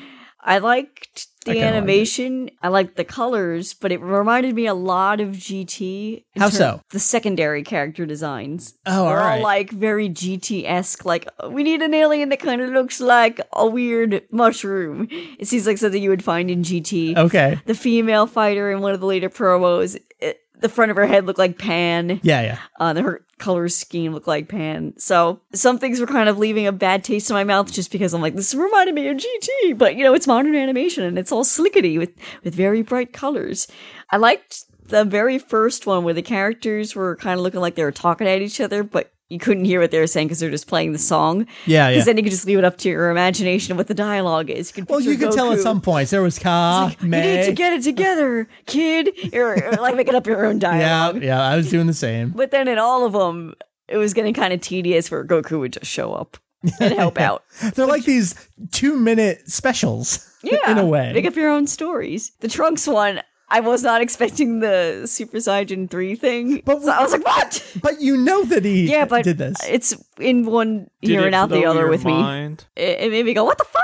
I liked the kinda like it. animation. I liked the colors, but it reminded me a lot of GT. in How ter- so? The secondary character designs. Oh, They're alright. all like very GT esque. Like we need an alien that kind of looks like a weird mushroom. It seems like something you would find in GT. Okay. The female fighter in one of the later promos. It, the front of her head looked like Pan. Yeah, yeah. Uh, the- her color scheme looked like Pan. So some things were kind of leaving a bad taste in my mouth just because I'm like, this reminded me of GT, but you know, it's modern animation and it's all slickety with, with very bright colors. I liked the very first one where the characters were kind of looking like they were talking at each other, but you couldn't hear what they were saying because they're just playing the song. Yeah, yeah. Because then you could just leave it up to your imagination what the dialogue is. You could Well, picture you could tell at Goku. some points there was Ka, You need May. to get it together, kid. You're you're, like making up your own yeah, dialogue. yeah, I was doing the same. But then in all of them, it was getting kind of tedious where Goku would just show up and help out. They're like these two minute specials Yeah. in a way. Make up your own stories. The Trunks one, I was not expecting the Super Saiyan 3 thing. But But so I was like, what? but you know that he Yeah, but did this. it's in one Did ear it and out the blow other your with me. mind? It, it made me go, what the fuck?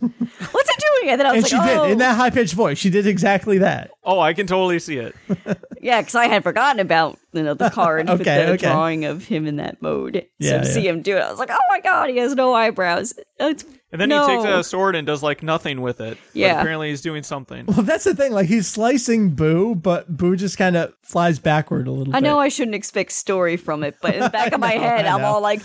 What's it doing? And then I was and like, she oh. did in that high pitched voice. She did exactly that. Oh, I can totally see it. "Oh." Yeah, because I had forgotten about you know the card with Okay, the okay. drawing of him in that mode. Yeah, so to yeah. see him do it, I was like, oh my god, he has no eyebrows. It's- And then no. he takes out a sword and does like nothing with it. But Yeah. apparently he's doing something. Well, that's the thing. Like he's slicing Boo, but Boo just kind of flies backward a little. I bit. know I shouldn't expect story from it, but in the back of my know, head, I I'm know. all like,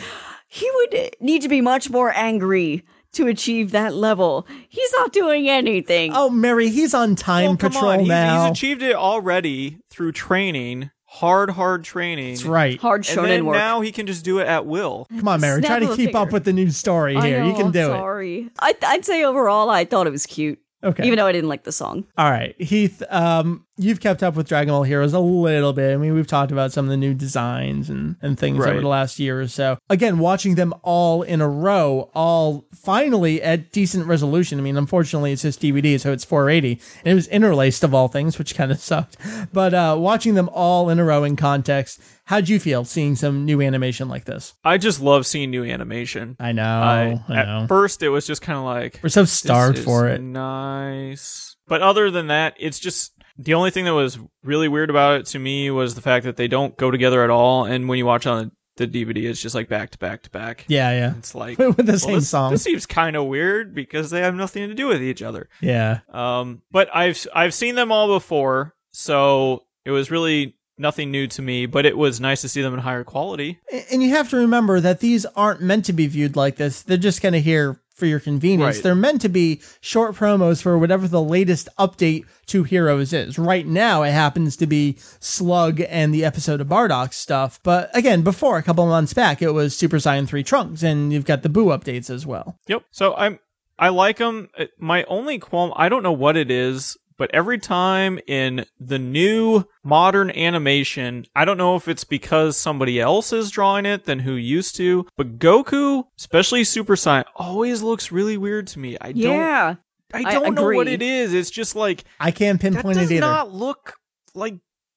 he would need to be much more angry to achieve that level. He's not doing anything. Oh, Mary, he's on time Well, come patrol on. He's, now. he's achieved it already through training, hard, hard training. that's right. Hard And then shonen work. now he can just do it at will. Come on, Mary. Snap Try of to a keep up finger. with the new story I here. you know, can I'm do it. Sorry, I, I'd say overall, I thought it was cute. Okay. Even though I didn't like the song. All right, Heath. Um, you've kept up with Dragon Ball Heroes a little bit. I mean, we've talked about some of the new designs and and things over Right. the last year or so. Again, watching them all in a row, all finally at decent resolution. I mean, unfortunately, it's just DVD, so it's 480, and it was interlaced of all things, which kind of sucked. But uh, watching them all in a row in context, how'd you feel seeing some new animation like this? I just love seeing new animation. I know, I- I, know. at first, it was just kind of like We're so this starved is for it. Nice, but other than that, it's just the only thing that was really weird about it to me was the fact that they don't go together at all. And when you watch on the DVD is just like back to back to back. Yeah, yeah. It's like With the same this- song. This seems kind of weird because they have nothing to do with each other. Yeah. Um, but I've I've seen them all before, so it was really nothing new to me. But it was nice to see them in higher quality. A- And you have to remember that these aren't meant to be viewed like this. They're just kind of here for your convenience. Right. They're meant to be short promos for whatever the latest update to Heroes is. Right now, it happens to be Slug and the episode of Bardock stuff. But again, before a couple months back, it was Super Saiyan 3 Trunks, and you've got the Boo updates as well. Yep. So I'm I like them. My only qualm I don't know what it is, but every time in the new modern animation, I don't know if it's because somebody else is drawing it than who used to, but Goku, especially Super Saiyan, always looks really weird to me. I don't yeah. I I don't know what agree. it is. It's just like I can't that pinpoint does it either. not look like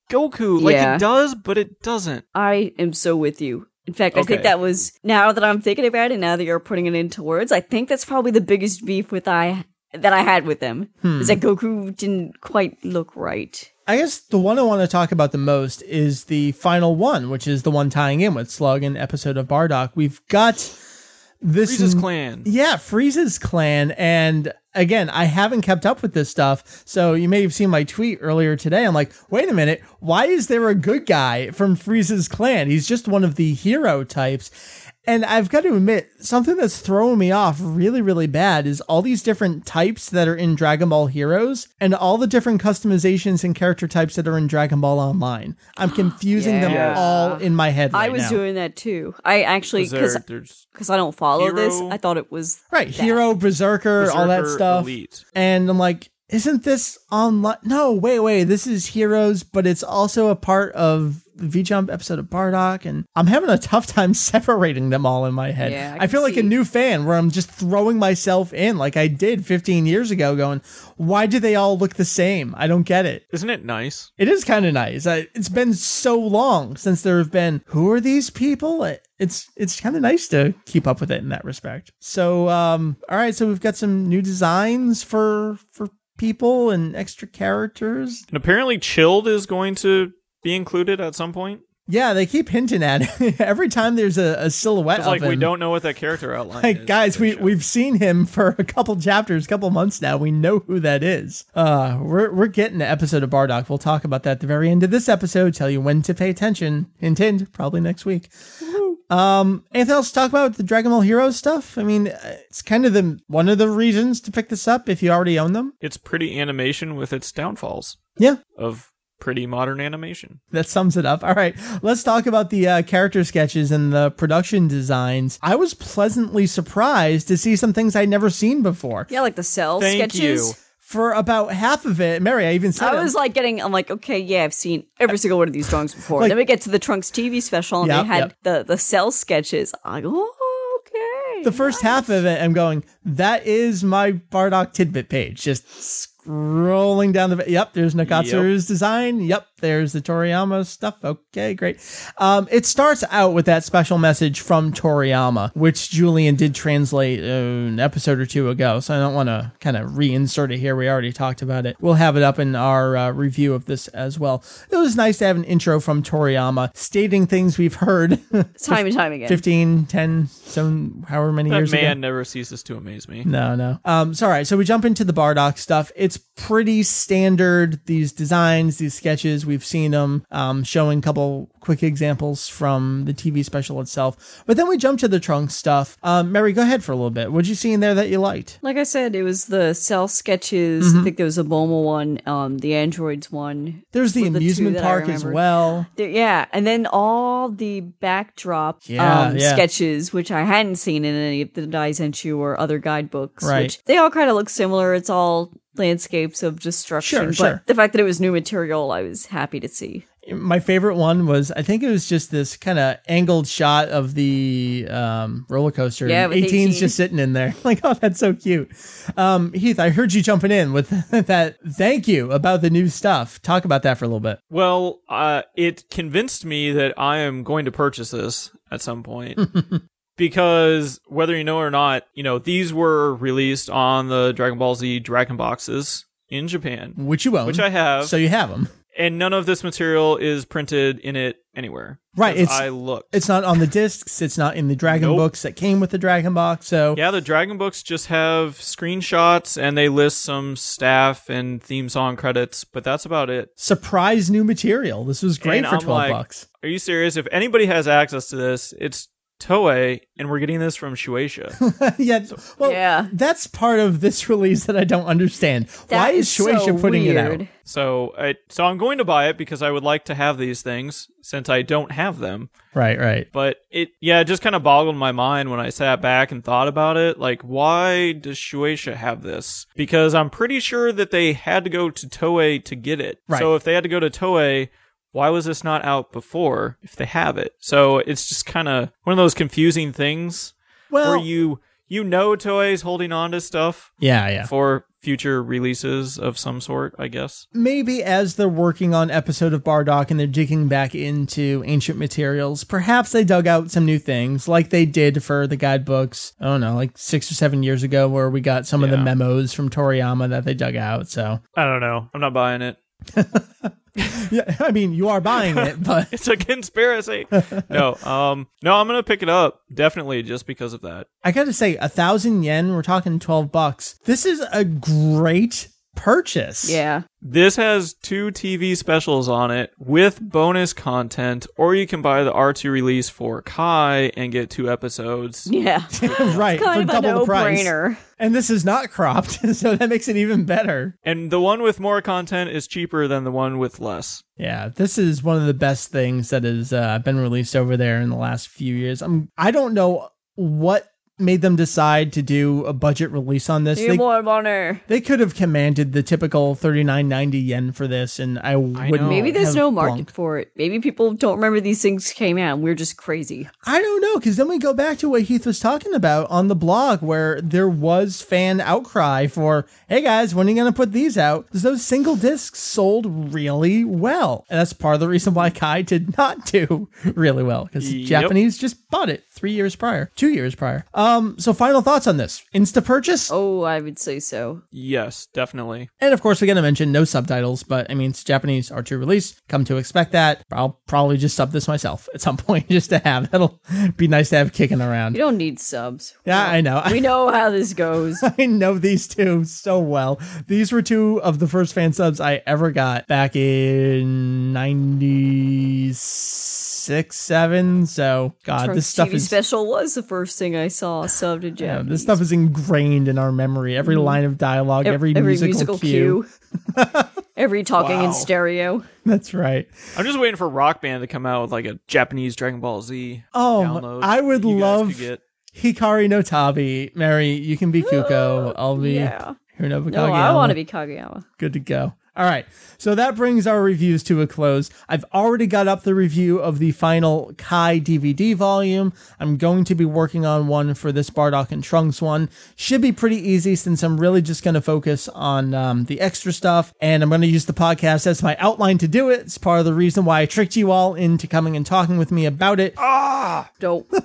Goku. Like Yeah. it does, but it doesn't. I am so with you. In fact, I Okay. think that was now that I'm thinking about it, now that you're putting it into words, I think that's probably the biggest beef with I that I had with them is that Goku didn't quite look right. Hmm. I guess the one I want to talk about the most is the final one, which is the one tying in with Slug and episode of Bardock. We've got this Mm. Frieza's clan. Yeah, Frieza's clan. And again, I haven't kept up with this stuff. So you may have seen my tweet earlier today. I'm like, wait a minute. Why is there a good guy from Frieza's clan? He's just one of the hero types. And I've got to admit, something that's throwing me off really, really bad is all these different types that are in Dragon Ball Heroes and all the different customizations and character types that are in Dragon Ball Online. I'm confusing them Yeah. all in my head. I right was now. doing that too. I actually Is there- because there's because I don't follow this, Hero? I thought it was Right, hero, berserker, all that Berserker stuff. Elite. And I'm like, isn't this online? No, wait, wait. This is heroes, but it's also a part of the V Jump episode of Bardock. And I'm having a tough time separating them all in my head. Yeah, I I, can feel like a see. new fan where I'm just throwing myself in, like I did 15 years ago, going, why do they all look the same? I don't get it. Isn't it nice? It is kind of nice. I, it's been so long since there have been who are these people? It- It's it's kind of nice to keep up with it in that respect. So um all right, so we've got some new designs for for people and extra characters. And apparently, Chilled is going to be included at some point. Yeah, they keep hinting at it. every time there's a, a silhouette It's of like we him. don't know what that character outline Like is. guys, we They show. we've seen him for a couple chapters, couple months now. We know who that is. Uh, we're we're getting an episode of Bardock. We'll talk about that at the very end of this episode. Tell you when to pay attention. Hint, hint. Probably next week. Um, anything else to talk about with the Dragon Ball Heroes stuff? I mean, uh, it's kind of the one of the reasons to pick this up if you already own them. It's pretty animation with its downfalls Yeah, of pretty modern animation. that sums it up. All right, let's talk about the uh, character sketches and the production designs. I was pleasantly surprised to see some things I'd never seen before. yeah, like the cell Thank sketches. you. for about half of it. Mary, I even said I it. was like getting, I'm like, okay, yeah, I've seen every single one of these drawings before. Like- then we get to the Trunks TV special, and Yep, they had yep. the the cell sketches. I go, oh, okay. the first half of it, I'm going, that is my Bardock tidbit page. Just scrolling down the. Yep, there's Nakatsuru's design. Yep, there's the Toriyama stuff. Okay, great. Um, it starts out with that special message from Toriyama, which Julian did translate uh, an episode or two ago. So I don't want to kind of reinsert it here. We already talked about it. We'll have it up in our uh, review of this as well. It was nice to have an intro from Toriyama stating things we've heard. time and time again. 15, 10, some, however many That years ago. man never ceases to amaze me. No, no. Um, so all right, so we jump into the Bardock stuff. It's pretty standard. These designs, these sketches, we've seen them. Um, showing a couple quick examples from the TV special itself. But then we jump to the Trunks stuff. Um, Mary, go ahead for a little bit. What'd you see in there that you liked? Like I said, it was the cell sketches. I think there was a Bulma one, um, the androids one. There's Mm-hmm. the Were the two amusement that I park as remembered. well. There- yeah, and then all the backdrop Yeah, um, yeah. sketches, which I hadn't seen in any of the Daisenshu or other guidebooks. Right. Which they all kind of look similar. It's all landscapes of destruction. Sure, but sure. the fact that it was new material, I was happy to see. my favorite one was I think it was just this kind of angled shot of the um, roller coaster. Yeah, and with 18's 18. just sitting in there. Like, oh, that's so cute. Um, Heath, I heard you jumping in with that. Thank you about the new stuff. Talk about that for a little bit. Well, uh, it convinced me that I am going to purchase this at some point. because whether you know it or not, you know, these were released on the Dragon Ball Z Dragon Boxes in Japan, Which you own, which I have. so you have them. and none of this material is printed in it anywhere. Right, 'Cause it's- I looked. It's not on the discs. It's not in the Dragon Nope. books that came with the Dragon box. So yeah, the Dragon books just have screenshots and they list some staff and theme song credits, but that's about it. surprise new material. This was great And for I'm twelve like, bucks. Are you serious? If anybody has access to this, it's Toei, and we're getting this from Shueisha. yeah. Well, Yeah. that's part of this release that I don't understand. That Why is so Shueisha putting it weird. out? so, I, so I'm going to buy it because I would like to have these things since I don't have them. Right, right. But it, yeah, it just kind of boggled my mind when I sat back and thought about it. Like, why does Shueisha have this? Because I'm pretty sure that they had to go to Toei to get it. Right. So if they had to go to Toei, why was this not out before if they have it? So it's just kind of one of those confusing things Well, where you you know Toei's holding on to stuff yeah, yeah. for future releases of some sort, I guess. Maybe as they're working on episode of Bardock and they're digging back into ancient materials, perhaps they dug out some new things, like they did for the guidebooks. I don't know, like six or seven years ago, where we got some of the Yeah. memos from Toriyama that they dug out. So, I don't know. I'm not buying it. yeah, I mean, you are buying it, but It's a conspiracy. no, um, no, I'm gonna pick it up definitely just because of that. I gotta say, a thousand yen, we're talking 12 bucks. This is a great purchase. Yeah. This has two TV specials on it with bonus content, or you can buy the R2 release for Kai and get two episodes. Yeah. right. kind for of a double the price. no-brainer. And this is not cropped, so that makes it even better. And the one with more content is cheaper than the one with less. Yeah, this is one of the best things that has uh, been released over there in the last few years. I'm, I don't know what made them decide to do a budget release on this. Need They, more money. they could have commanded the typical 39.90 yen for this, and Oh, I wouldn't. know. Maybe there's have no market blunked. for it. Maybe people don't remember these things came out and we're just crazy. I don't know, because then we go back to what Heath was talking about on the blog, where there was fan outcry for, "Hey guys, when are you going to put these out?" 'Cause Those single discs sold really well, and that's part of the reason why Kai did not do really well because the Yep. Japanese just bought it three years prior, two years prior. Um, so final thoughts on this insta purchase, Oh, I would say so. Yes, definitely. and of course we got to mention no subtitles, but I mean it's Japanese R two release. Come to expect that. I'll probably just sub this myself at some point just to have. That'll be nice to have kicking around. You don't need subs. Yeah, I know. We know how this goes. I know these two so well. These were two of the first fan subs I ever got back in 96, 7. So, God, Trunks Uh, this stuff TV is. special was the first thing I saw subbed in yeah, Japanese. this stuff is ingrained in our memory. Every line of dialogue, Mm-hmm. Ev- every, musical, cue. cue. every talking Wow. in stereo. That's right. I'm just waiting for Rock Band to come out with like a Japanese Dragon Ball Z. Oh, download I would that you guys love could get. Hikari no Tabi. Mary, you can be Kuko. I'll be Oh, yeah. Hironobu No, Oh, I Kageyama. want to be Kageyama. good to go. All right. So that brings our reviews to a close. I've already got up the review of the final Kai DVD volume. I'm going to be working on one for this Bardock and Trunks one. Should be pretty easy since I'm really just going to focus on um, the extra stuff and I'm going to use the podcast as my outline to do it. It's part of the reason why I tricked you all into coming and talking with me about it. Dope.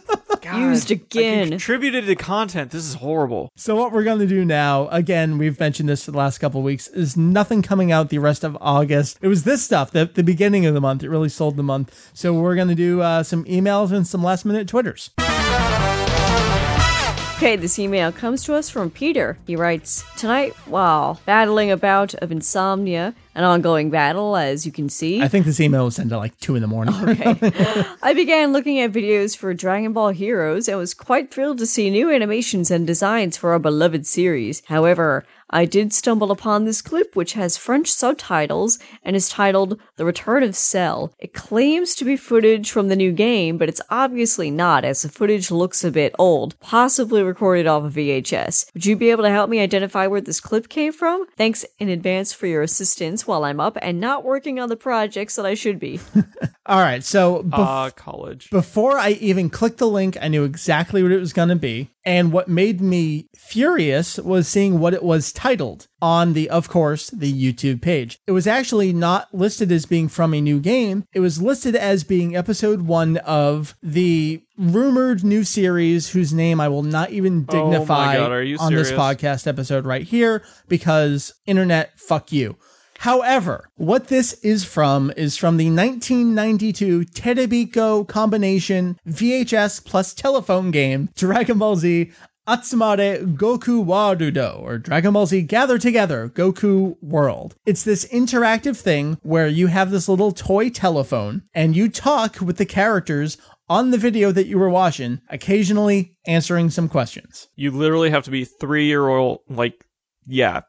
Used You again. contributed to content. This is horrible. So what we're going to do now, again, we've mentioned this for the last couple of weeks, is nothing coming out the rest of August. It was this stuff that the beginning of the month. It really sold the month. So we're going to do uh, some emails and some last minute Twitters. Okay, this email comes to us from Peter. He writes Tonight, while battling a bout of insomnia, an ongoing battle, as you can see, I think this email was sent at like two in the morning. I began looking at videos for Dragon Ball Heroes and was quite thrilled to see new animations and designs for our beloved series. However, I did stumble upon this clip which has French subtitles and is titled The Return of Cell. It claims to be footage from the new game, but it's obviously not as the footage looks a bit old, possibly recorded off of VHS. Would you be able to help me identify where this clip came from? Thanks in advance for your assistance while I'm up and not working on the projects that I should be. All right. So bef- Ah, college. before I even clicked the link, I knew exactly what it was going to be. And what made me furious was seeing what it was titled on the, of course, the YouTube page. It was actually not listed as being from a new game, it was listed as being episode one of the rumored new series whose name I will not even Oh my dignify God, are you on this serious? podcast episode right here because internet, fuck you. However, what this is from is from the 1992 Terebico combination VHS plus telephone game Dragon Ball Z Atsumare Goku Warudo, or Dragon Ball Z Gather Together Goku World. It's this interactive thing where you have this little toy telephone and you talk with the characters on the video that you were watching, occasionally answering some questions. You literally have to be three year old, like, yeah,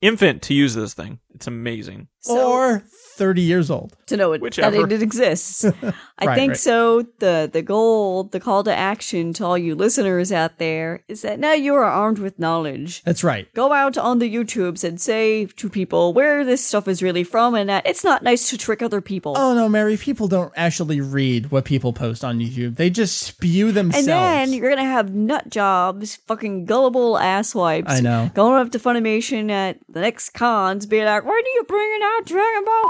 infant to use this thing. It's amazing. So- or 30 years old. to know it, that Whichever. it exists. I Right, think right. so. The the goal, the call to action to all you listeners out there is that now you are armed with knowledge. That's right. Go out on the YouTubes and say to people where this stuff is really from and that it's not nice to trick other people. Oh no, Mary, people don't actually read what people post on YouTube. They just spew and themselves. then you're gonna have nut jobs, fucking gullible asswipes. I know. Going up to Funimation at the next cons, being like, "Why do you bringing out Dragon Ball?"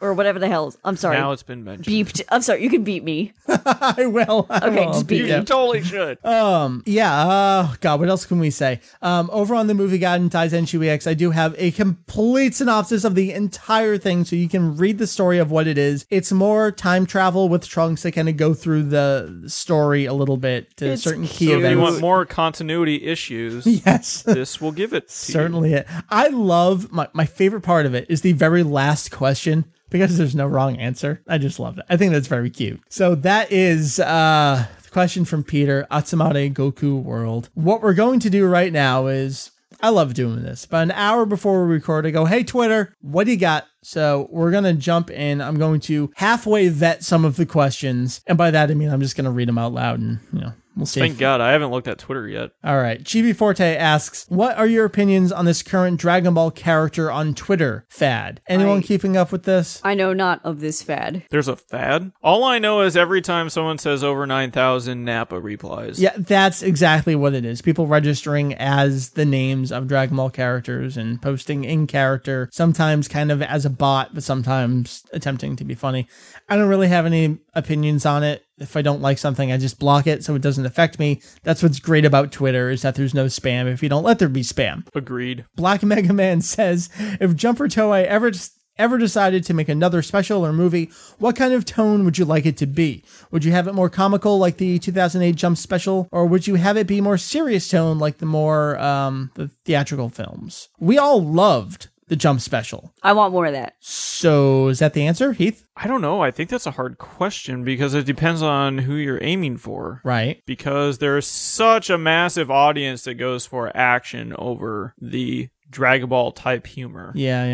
or whatever the hell. I'm sorry. Now it's been mentioned. beeped. I'm sorry. You can beat me. I will. I Okay, will. just be You Yeah. totally should. Um, yeah. Oh God, what else can we say? Um, over on the movie guide and Taizen E X, I do have a complete synopsis of the entire thing, so you can read the story of what it is. It's more time travel with Trunks to kind of go through the story a little bit to It's certain key cute. If you events. want more continuity issues, Uh, yes. this will give it to Certainly it. I love my, my favorite part of it is the very last question because there's no wrong answer. I just love that. I think that's very cute. So that is uh the question from Peter, Atsumare Goku World. What we're going to do right now is I love doing this. But an hour before we record, I go, hey Twitter, what do you got? So we're gonna jump in. I'm going to halfway vet some of the questions. And by that I mean I'm just gonna read them out loud and you know, we'll see. you. if- Thank God. I haven't looked at Twitter yet. all right. Chibi Forte asks, "What are your opinions on this current Dragon Ball character on Twitter fad? Anyone I- keeping up with this?" I know not of this fad. There's a fad. All I know is every time someone says over 9,000, Napa replies. Yeah, that's exactly what it is. People registering as the names of Dragon Ball characters and posting in character, sometimes kind of as a bot, but sometimes attempting to be funny. I don't really have any opinions on it. If I don't like something, I just block it so it doesn't affect me. That's what's great about Twitter is that there's no spam. If you don't let there be spam, Agreed. Black Mega Man says, if Jumper Toei ever ever decided to make another special or movie, what kind of tone would you like it to be? Would you have it more comical like the 2008 Jump special, or would you have it be more serious tone like the more um, the theatrical films? We all loved the Jump special, I want more of that. so is that the answer, Heath? I don't know. I think that's a hard question because it depends on who you're aiming for. Right. Because there's such a massive audience that goes for action over the Dragon Ball type humor. Yeah,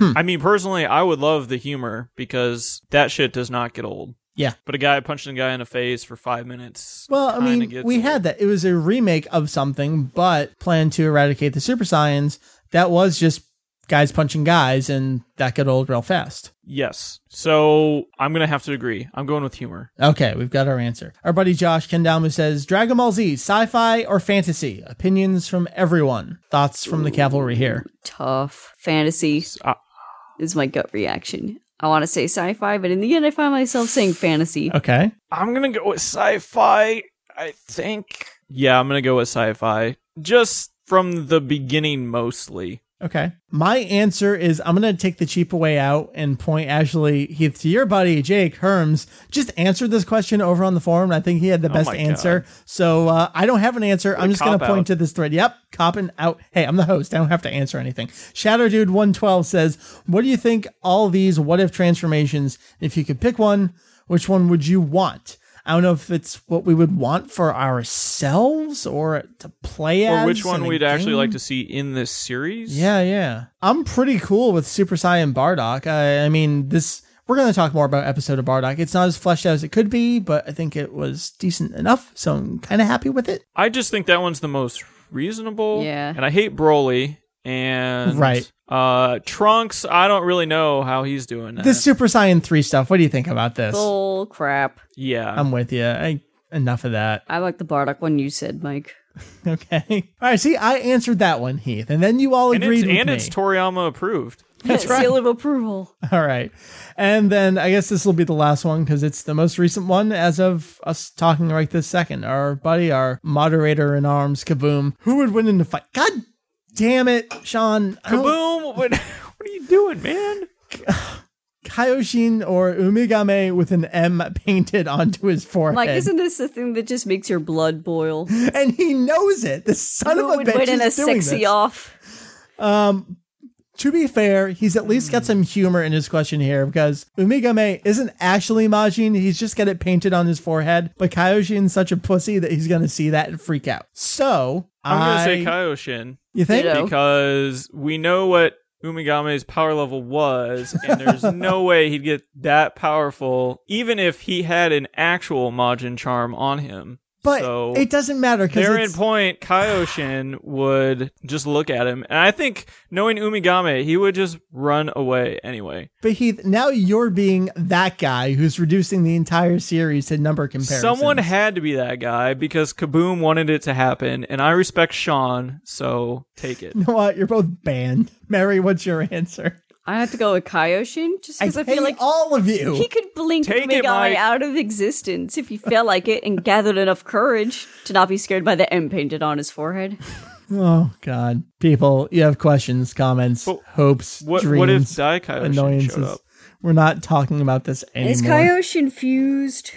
yeah, I mean, personally, I would love the humor because that shit does not get old. yeah. But a guy punching a guy in the face for five minutes. Well, I kinda mean, gets we old. had that. It was a remake of something, but planned to eradicate the super science. That was just guys punching guys, and that got old real fast. Yes. So I'm going to have to agree. I'm going with humor. Okay, we've got our answer. Our buddy Josh Kendama says Dragon Ball Z, sci fi or fantasy? Opinions from everyone. Thoughts from the cavalry here. Tough fantasy uh, is my gut reaction. I want to say sci-fi, but in the end, I find myself saying fantasy. Okay. I'm going to go with sci fi, I think. Yeah, I'm going to go with sci fi. Just from the beginning, mostly. Okay. My answer is I'm going to take the cheap way out and point actually Heath to your buddy Jake Herms. Just answered this question over on the forum, and I think he had the best Oh my God. answer. So uh, I don't have an answer. I'm just going to cop point out. to this thread. Yep, copping out. Hey, I'm the host. I don't have to answer anything. Shadow Dude 112 says, "What do you think all these what if transformations? If you could pick one, which one would you want?" I don't know if it's what we would want for ourselves or to play Or as. which one in a we'd actually game. like to see in this series. Yeah, yeah. I'm pretty cool with Super Saiyan Bardock. I, I mean, this we're going to talk more about episode of Bardock. It's not as fleshed out as it could be, but I think it was decent enough, so I'm kind of happy with it. I just think that one's the most reasonable. Yeah. And I hate Broly. And Right. uh Trunks, I don't really know how he's doing. That. This Super Saiyan 3 stuff, what do you think about this? Bull crap. yeah. I'm with you. I, enough of that. I like the Bardock one you said, Mike. Okay. All right, see, I answered that one, Heath, and then you all and agreed it's, with and me. it's Toriyama approved. That's right. Seal of approval. All right. And then I guess this will be the last one because it's the most recent one as of us talking right this second. Our buddy, our moderator in arms, Kaboom. Who would win in the fight? God damn it, Sean. I don't- Kaboom would What are you doing, man? Kaioshin or Umigame with an M painted onto his forehead. Like, isn't this the thing that just makes your blood boil? and he knows it. The son Who of a would bitch win in a is doing sexy this. off? To be fair, he's at least got some humor in his question here because Umigame isn't actually Majin. He's just got it painted on his forehead. But Kaioshin's such a pussy that he's going to see that and freak out. So I'm gonna I- say Kaioshin You think? Ditto. because we know what Umigame's power level was, and there's no way he'd get that powerful, even if he had an actual Majin charm on him. But so it doesn't matter therein because point, Kaioshin would just look at him, and I think knowing Umigame, he would just run away anyway. but Heath, now you're being that guy who's reducing the entire series to number comparisons. Someone had to be that guy because Kaboom wanted it to happen, and I respect Sean, so take it. You know what? You're both banned. Mary, what's your answer? I have to go with Kaioshin just because I, hate feel like all of you. he could blink Take it, Big Eye Mike. out of existence if he felt like it and gathered enough courage to not be scared by the M painted on his forehead. oh God, people, you have questions, comments, But hopes, What, dreams, what if Dai Kaioshin showed annoyances. up? We're not talking about this Is anymore. Kaioshin fused?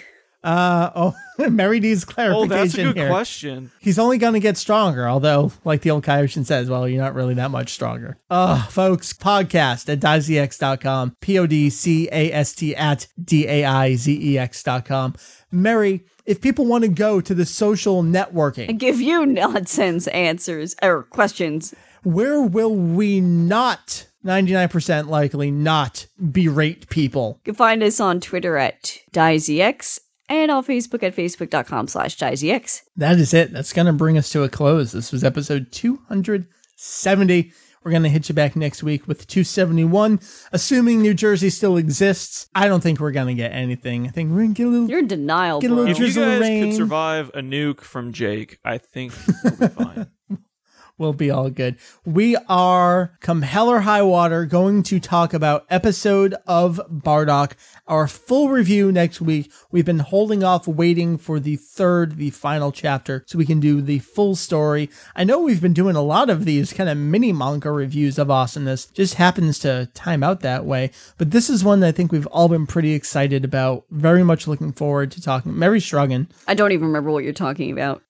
uh, oh, Mary D's Oh, clarification that's a good here. question. He's only going to get stronger, although, like the old Kaioshin says, well, you're not really that much stronger. Ugh, folks, podcast at diezex.com, P O D C A S T at D A I Z E X.com. Mary, if people want to go to the social networking, Give you nonsense answers or questions. where will we not, 99% likely, not berate people? You can find us on Twitter at DieZX and on Facebook at facebook.com slash DieZX. that is it. That's going to bring us to a close. This was episode 270. We're going to hit you back next week with 271. Assuming New Jersey still exists, I don't think we're going to get anything. I think we're going to get a little. You're in denial, Get a little bro. If you Drizzle guys rain. could survive a nuke from Jake, I think we'll be fine. we'll be all good. We are, come hell or high water, going to talk about episode of Bardock, our full review next week. We've been holding off waiting for the third, the final chapter, so we can do the full story. I know we've been doing a lot of these kind of mini manga reviews of awesomeness, just happens to time out that way. But this is one that I think we've all been pretty excited about. Very much looking forward to talking. Mary Shruggin, I don't even remember what you're talking about.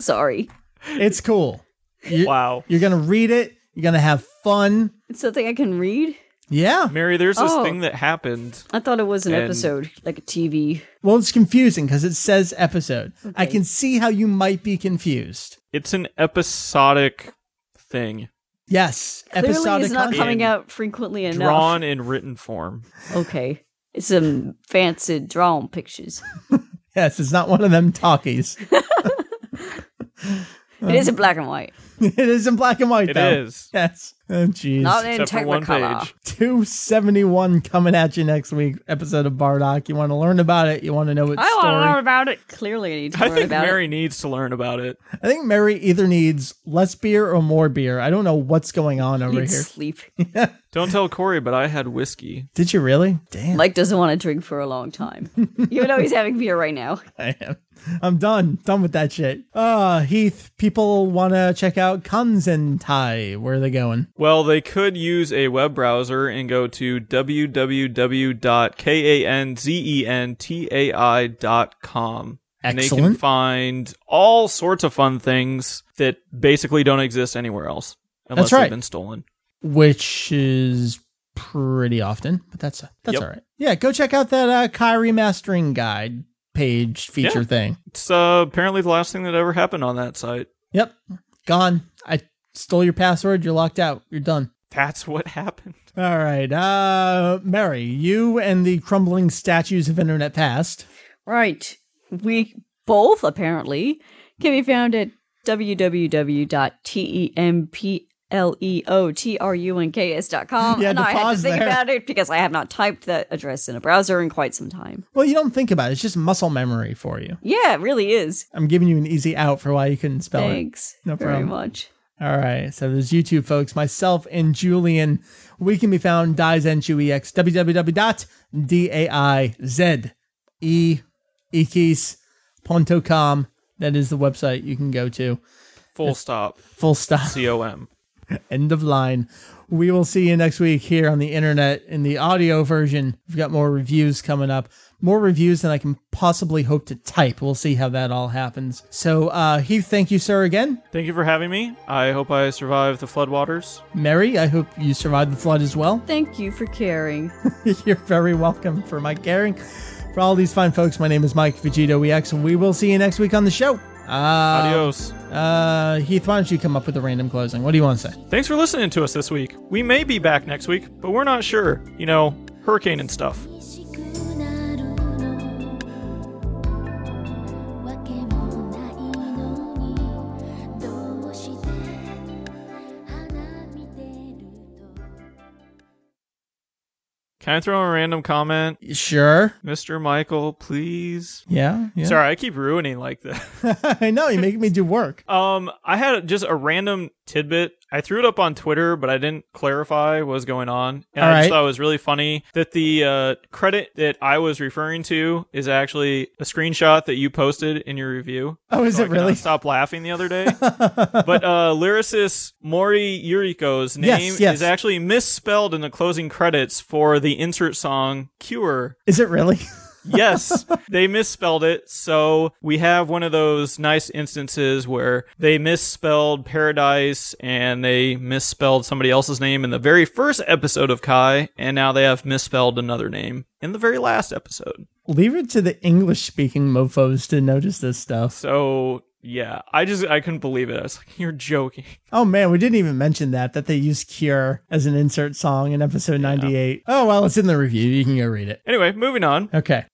Sorry. it's cool. Wow. You're going to read it. You're going to have fun. It's something I can read? Yeah. Mary, there's this Oh. thing that happened. I thought it was an And- episode, like a TV. Well, it's confusing because it says episode. I can see how you might be confused. It's an episodic thing, Yes, Clearly, episodic it's not content. coming In- out frequently enough. drawn in written form. Okay. It's some fancy drawn pictures. Yes, it's not one of them talkies. it is in black and white, it is in black and white. It though. is. Yes. Oh, jeez. not in Except for one Technicolor. page. 271 coming at you next week. Episode of Bardock. You want to learn about it. You want to know its I story. want to learn about it. Clearly, I need to I learn think about Mary needs to learn about it. I think Mary either needs less beer or more beer. I don't know what's going on it. over Need here. sleep. Don't tell Corey, but I had whiskey. Did you really? Damn. Mike doesn't want to drink for a long time, even though he's having beer right now. I am. I'm done. Done with that shit. Uh, Heath, people want to check out Kanzentai. Where are they going? Well, they could use a web browser and go to www.kanzentai.com. And they can Excellent. find all sorts of fun things that basically don't exist anywhere else unless right. they've been stolen. Which is pretty often, but that's that's Yep. all right. Yeah, go check out that uh, Kai remastering guide page feature Yeah. thing. It's uh, apparently the last thing that ever happened on that site. Yep, gone. I stole your password. You're locked out. You're done. That's what happened. All right, uh, Mary, you and the crumbling statues of internet past. Right. We both apparently can be found at E www.templeotrunks.com. Yeah, and the I had to pause think there. about it because I have not typed that address in a browser in quite some time. Well, you don't think about it. It's just muscle memory for you. Yeah, it really is. I'm giving you an easy out for why you couldn't spell it. Thanks No very problem. much. All right. So there's you two folks, myself and Julian. We can be found E DaizenShuEX, E www.daizeekis.com. That is the website you can go to. Full stop. Full stop. C O M. End of line. We will see you next week here on the internet in the audio version. We've got more reviews coming up, more reviews than I can possibly hope to type. We'll see how that all happens. So, uh, Heath, thank you, sir, again. Thank you for having me. I hope I survived the floodwaters. Mary, I hope you survived the flood as well. Thank you for caring. You're very welcome for Mike Gehring. For all these fine folks, my name is Mike Vegito EX, and we will see you next week on the show. Uh, Adios. Uh, Heath, why don't you come up with a random closing? What do you want to say? Thanks for listening to us this week. We may be back next week, but we're not sure. You know, hurricane and stuff. 寂しくなるのわけもないのにどうして花見てると Can I throw in a random comment? Sure. Mr. Michael, please. Yeah. yeah. Sorry, I keep ruining like the I know you're making me do work. Um, I had just a random tidbit. I threw it up on Twitter, but I didn't clarify what was going on. And All I right. just thought it was really funny that the uh, credit that I was referring to is actually a screenshot that you posted in your review. Oh, is So I it could not really? Stop laughing the other day. but uh, lyricist Mori Yuriko's name Yes, yes. is actually misspelled in the closing credits for the insert song Cure. Is it really? Yes, they misspelled it. So we have one of those nice instances where they misspelled paradise and they misspelled somebody else's name in the very first episode of Kai, and now they have misspelled another name in the very last episode. Leave it to the English speaking mofos to notice this stuff. So yeah, I just I couldn't believe it. I was like, you're joking. Oh man, we didn't even mention that that they used Cure as an insert song in episode 98. Oh well, it's in the review. You can go read it. Anyway, moving on. Okay.